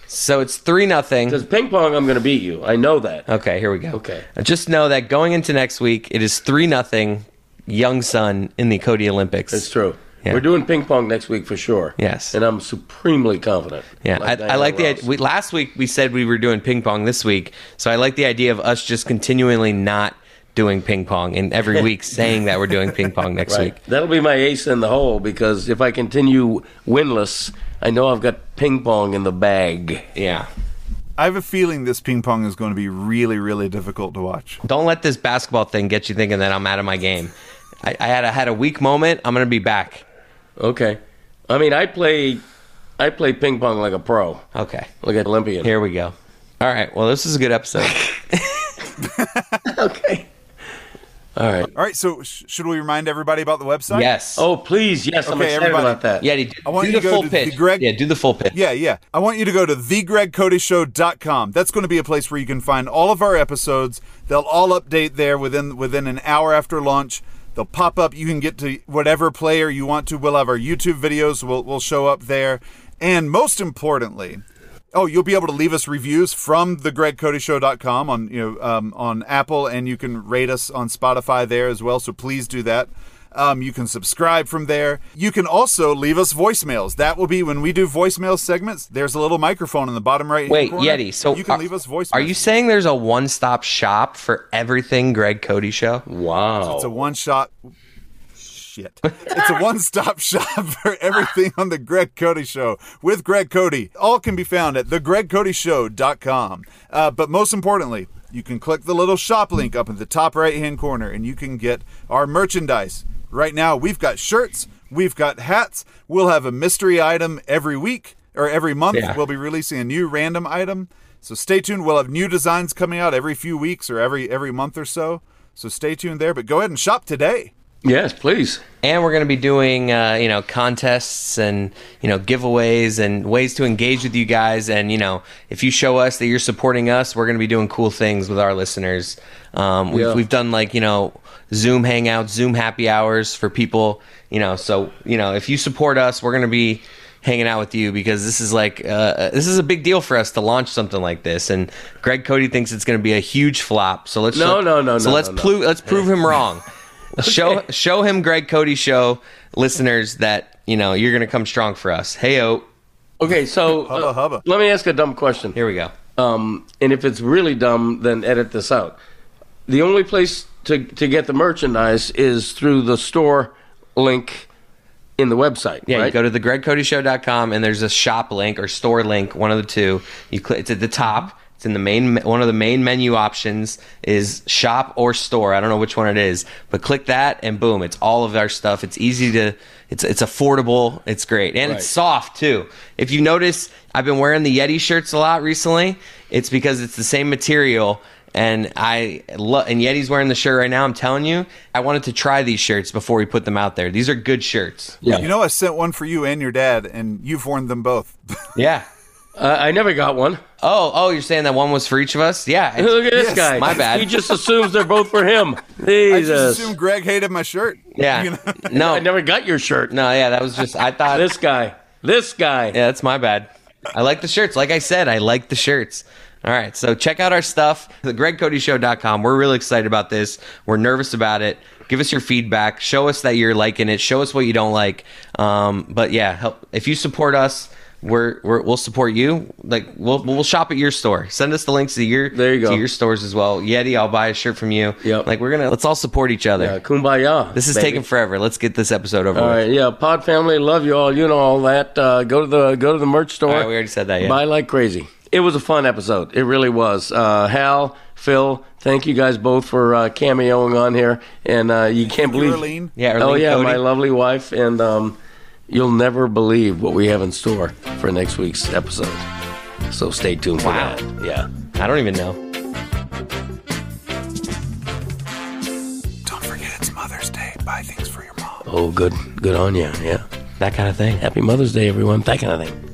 Speaker 5: so it's three nothing
Speaker 4: because ping pong, I'm going to beat you. I know that.
Speaker 5: Okay, here we go. Uh,
Speaker 4: Okay.
Speaker 5: Just know that going into next week, it is 3 nothing Young Sun in the Cody Olympics.
Speaker 4: It's true.
Speaker 5: Yeah.
Speaker 4: We're doing ping pong next week for sure.
Speaker 5: Yes.
Speaker 4: and I'm supremely confident.
Speaker 5: Yeah, I, I like the
Speaker 4: Diana Ross.
Speaker 5: idea. We, last week we said we were doing ping pong this week, so I like the idea of us just continually not doing ping pong and every week saying that we're doing ping pong next
Speaker 4: Right.
Speaker 5: week.
Speaker 4: That'll be my ace in the hole because if I continue winless, I know I've got ping pong in the bag.
Speaker 5: Yeah.
Speaker 1: I have a feeling this ping pong is going to be really, really difficult to watch.
Speaker 5: Don't let this basketball thing get you thinking that I'm out of my game. I, I had a, had a weak moment. I'm going to be back.
Speaker 4: Okay, I mean, I play, I play ping pong like a pro,
Speaker 5: Okay.
Speaker 4: like an Olympian.
Speaker 5: Here we go. All right. Well, this is a good episode.
Speaker 4: Okay. All right.
Speaker 1: All right, so sh- should we remind everybody about the website?
Speaker 5: yes.
Speaker 4: Oh, please, yes, I'm
Speaker 1: Okay,
Speaker 4: excited
Speaker 1: everybody.
Speaker 4: about that.
Speaker 5: Yeah, do,
Speaker 1: I want
Speaker 5: do
Speaker 1: you
Speaker 5: the
Speaker 1: to go
Speaker 5: full
Speaker 1: to the
Speaker 5: pitch.
Speaker 1: Greg-
Speaker 5: yeah, do the full pitch.
Speaker 1: Yeah, yeah. I want you to go to thegregcodyshow.com. That's going to be a place where you can find all of our episodes. They'll all update there within within an hour after launch. They'll pop up. You can get to whatever player you want to. We'll have our YouTube videos. We'll, we'll show up there. And most importantly, oh, you'll be able to leave us reviews from thegregcodyshow.com on you know um, on Apple, and you can rate us on Spotify there as well. So please do that. Um, you can subscribe from there. You can also leave us voicemails. That will be when we do voicemail segments. There's a little microphone in the bottom right.
Speaker 5: Wait, Yeti. So
Speaker 1: you can
Speaker 5: are-
Speaker 1: leave us voicemails.
Speaker 5: Are you saying there's a one-stop shop for everything Greg Cody show?
Speaker 4: Wow.
Speaker 1: It's a one shot. Shit. It's a one stop shop for everything on The Greg Cody Show with Greg Cody. All can be found at thegregcodyshow.com. Uh, but most importantly, you can click the little shop link up in the top right hand corner and you can get our merchandise. Right now, we've got shirts, we've got hats, we'll have a mystery item every week or every month.
Speaker 5: Yeah.
Speaker 1: We'll be releasing a new random item. So stay tuned. We'll have new designs coming out every few weeks or every every month or so. So stay tuned there. But go ahead and shop today.
Speaker 4: Yes, please.
Speaker 5: And we're going to be doing, uh, you know, contests and you know giveaways and ways to engage with you guys. And you know, if you show us that you're supporting us, we're going to be doing cool things with our listeners. Um, we've,
Speaker 4: Yeah.
Speaker 5: we've done like you know Zoom hangouts, Zoom happy hours for people. You know, so you know if you support us, we're going to be hanging out with you because this is like uh, this is a big deal for us to launch something like this. And Greg Cody thinks it's going to be a huge flop. So let's
Speaker 4: No,
Speaker 5: let-
Speaker 4: no, no,
Speaker 5: So
Speaker 4: no,
Speaker 5: let's
Speaker 4: no, no.
Speaker 5: plu- let's prove him wrong. Show show him Greg Cody show listeners that you know you're gonna come strong for us. Hey oh,
Speaker 4: Okay, so
Speaker 1: Hubba
Speaker 4: uh,
Speaker 1: hubba.
Speaker 4: let me ask a dumb question.
Speaker 5: here we go.
Speaker 4: Um, and if it's really dumb, then edit this out. The only place to, to get the merchandise is through the store link in the website.
Speaker 5: Yeah,
Speaker 4: right?
Speaker 5: you go to thegregcodyshow.com and there's a shop link or store link, one of the two. You click it's at the top. It's in the main one of the main menu options is shop or store. I don't know which one it is, but click that and boom, it's all of our stuff. It's easy to it's it's affordable. It's great. And it's soft too. If you notice, I've been wearing the Yeti shirts a lot recently. It's because it's the same material and I love and Yeti's wearing the shirt right now. I'm telling you, I wanted to try these shirts before we put them out there. These are good shirts.
Speaker 4: Yeah.
Speaker 1: You know, I sent one for you and your dad, and you've worn them both.
Speaker 5: Yeah.
Speaker 4: Uh, I never got one.
Speaker 5: Oh, oh, you're saying that one was for each of us? Yeah. it's-
Speaker 4: Look at this
Speaker 1: Yes,
Speaker 4: guy.
Speaker 5: my bad.
Speaker 4: He just assumes they're both for him.
Speaker 1: I just
Speaker 4: Jesus.
Speaker 1: assumed Greg hated my shirt.
Speaker 5: yeah.
Speaker 1: You know?
Speaker 5: No.
Speaker 4: I never got your shirt.
Speaker 5: No, yeah, that was just I thought
Speaker 4: This guy. This guy.
Speaker 5: Yeah, that's my bad. I like the shirts. Like I said, I like the shirts. All right. So check out our stuff, thegregcodyshow.com. We're really excited about this. We're nervous about it. Give us your feedback. Show us that you're liking it. Show us what you don't like. Um, but yeah, help if you support us. We're, we're, we'll support you. Like we'll we'll shop at your store. Send us the links to your
Speaker 4: There you go.
Speaker 5: to your stores as well. Yeti, I'll buy a shirt from you.
Speaker 4: Yep.
Speaker 5: Like we're gonna let's all support each other.
Speaker 4: Yeah, kumbaya.
Speaker 5: This is
Speaker 4: baby.
Speaker 5: taking forever. Let's get this episode over
Speaker 4: All
Speaker 5: with.
Speaker 4: right, yeah, Pod family, love you all. You know all that. Uh, go to the go to the merch store.
Speaker 5: All right, we already said that, yeah.
Speaker 4: Buy like crazy. It was a fun episode. It really was. Uh, Hal, Phil, thank you guys both for uh, cameoing on here, and uh, you can't believe.
Speaker 1: Earlene.
Speaker 5: Yeah. Arlene
Speaker 4: oh yeah,
Speaker 5: Cody.
Speaker 4: my lovely wife, and um, you'll never believe what we have in store for next week's episode. So stay tuned for
Speaker 5: Wow.
Speaker 4: that. Yeah.
Speaker 5: I don't even know.
Speaker 1: Don't forget it's Mother's Day. Buy things for your mom.
Speaker 4: Oh, good, good on you. Yeah.
Speaker 5: That kind of thing.
Speaker 4: Happy Mother's Day, everyone. That kind of thing.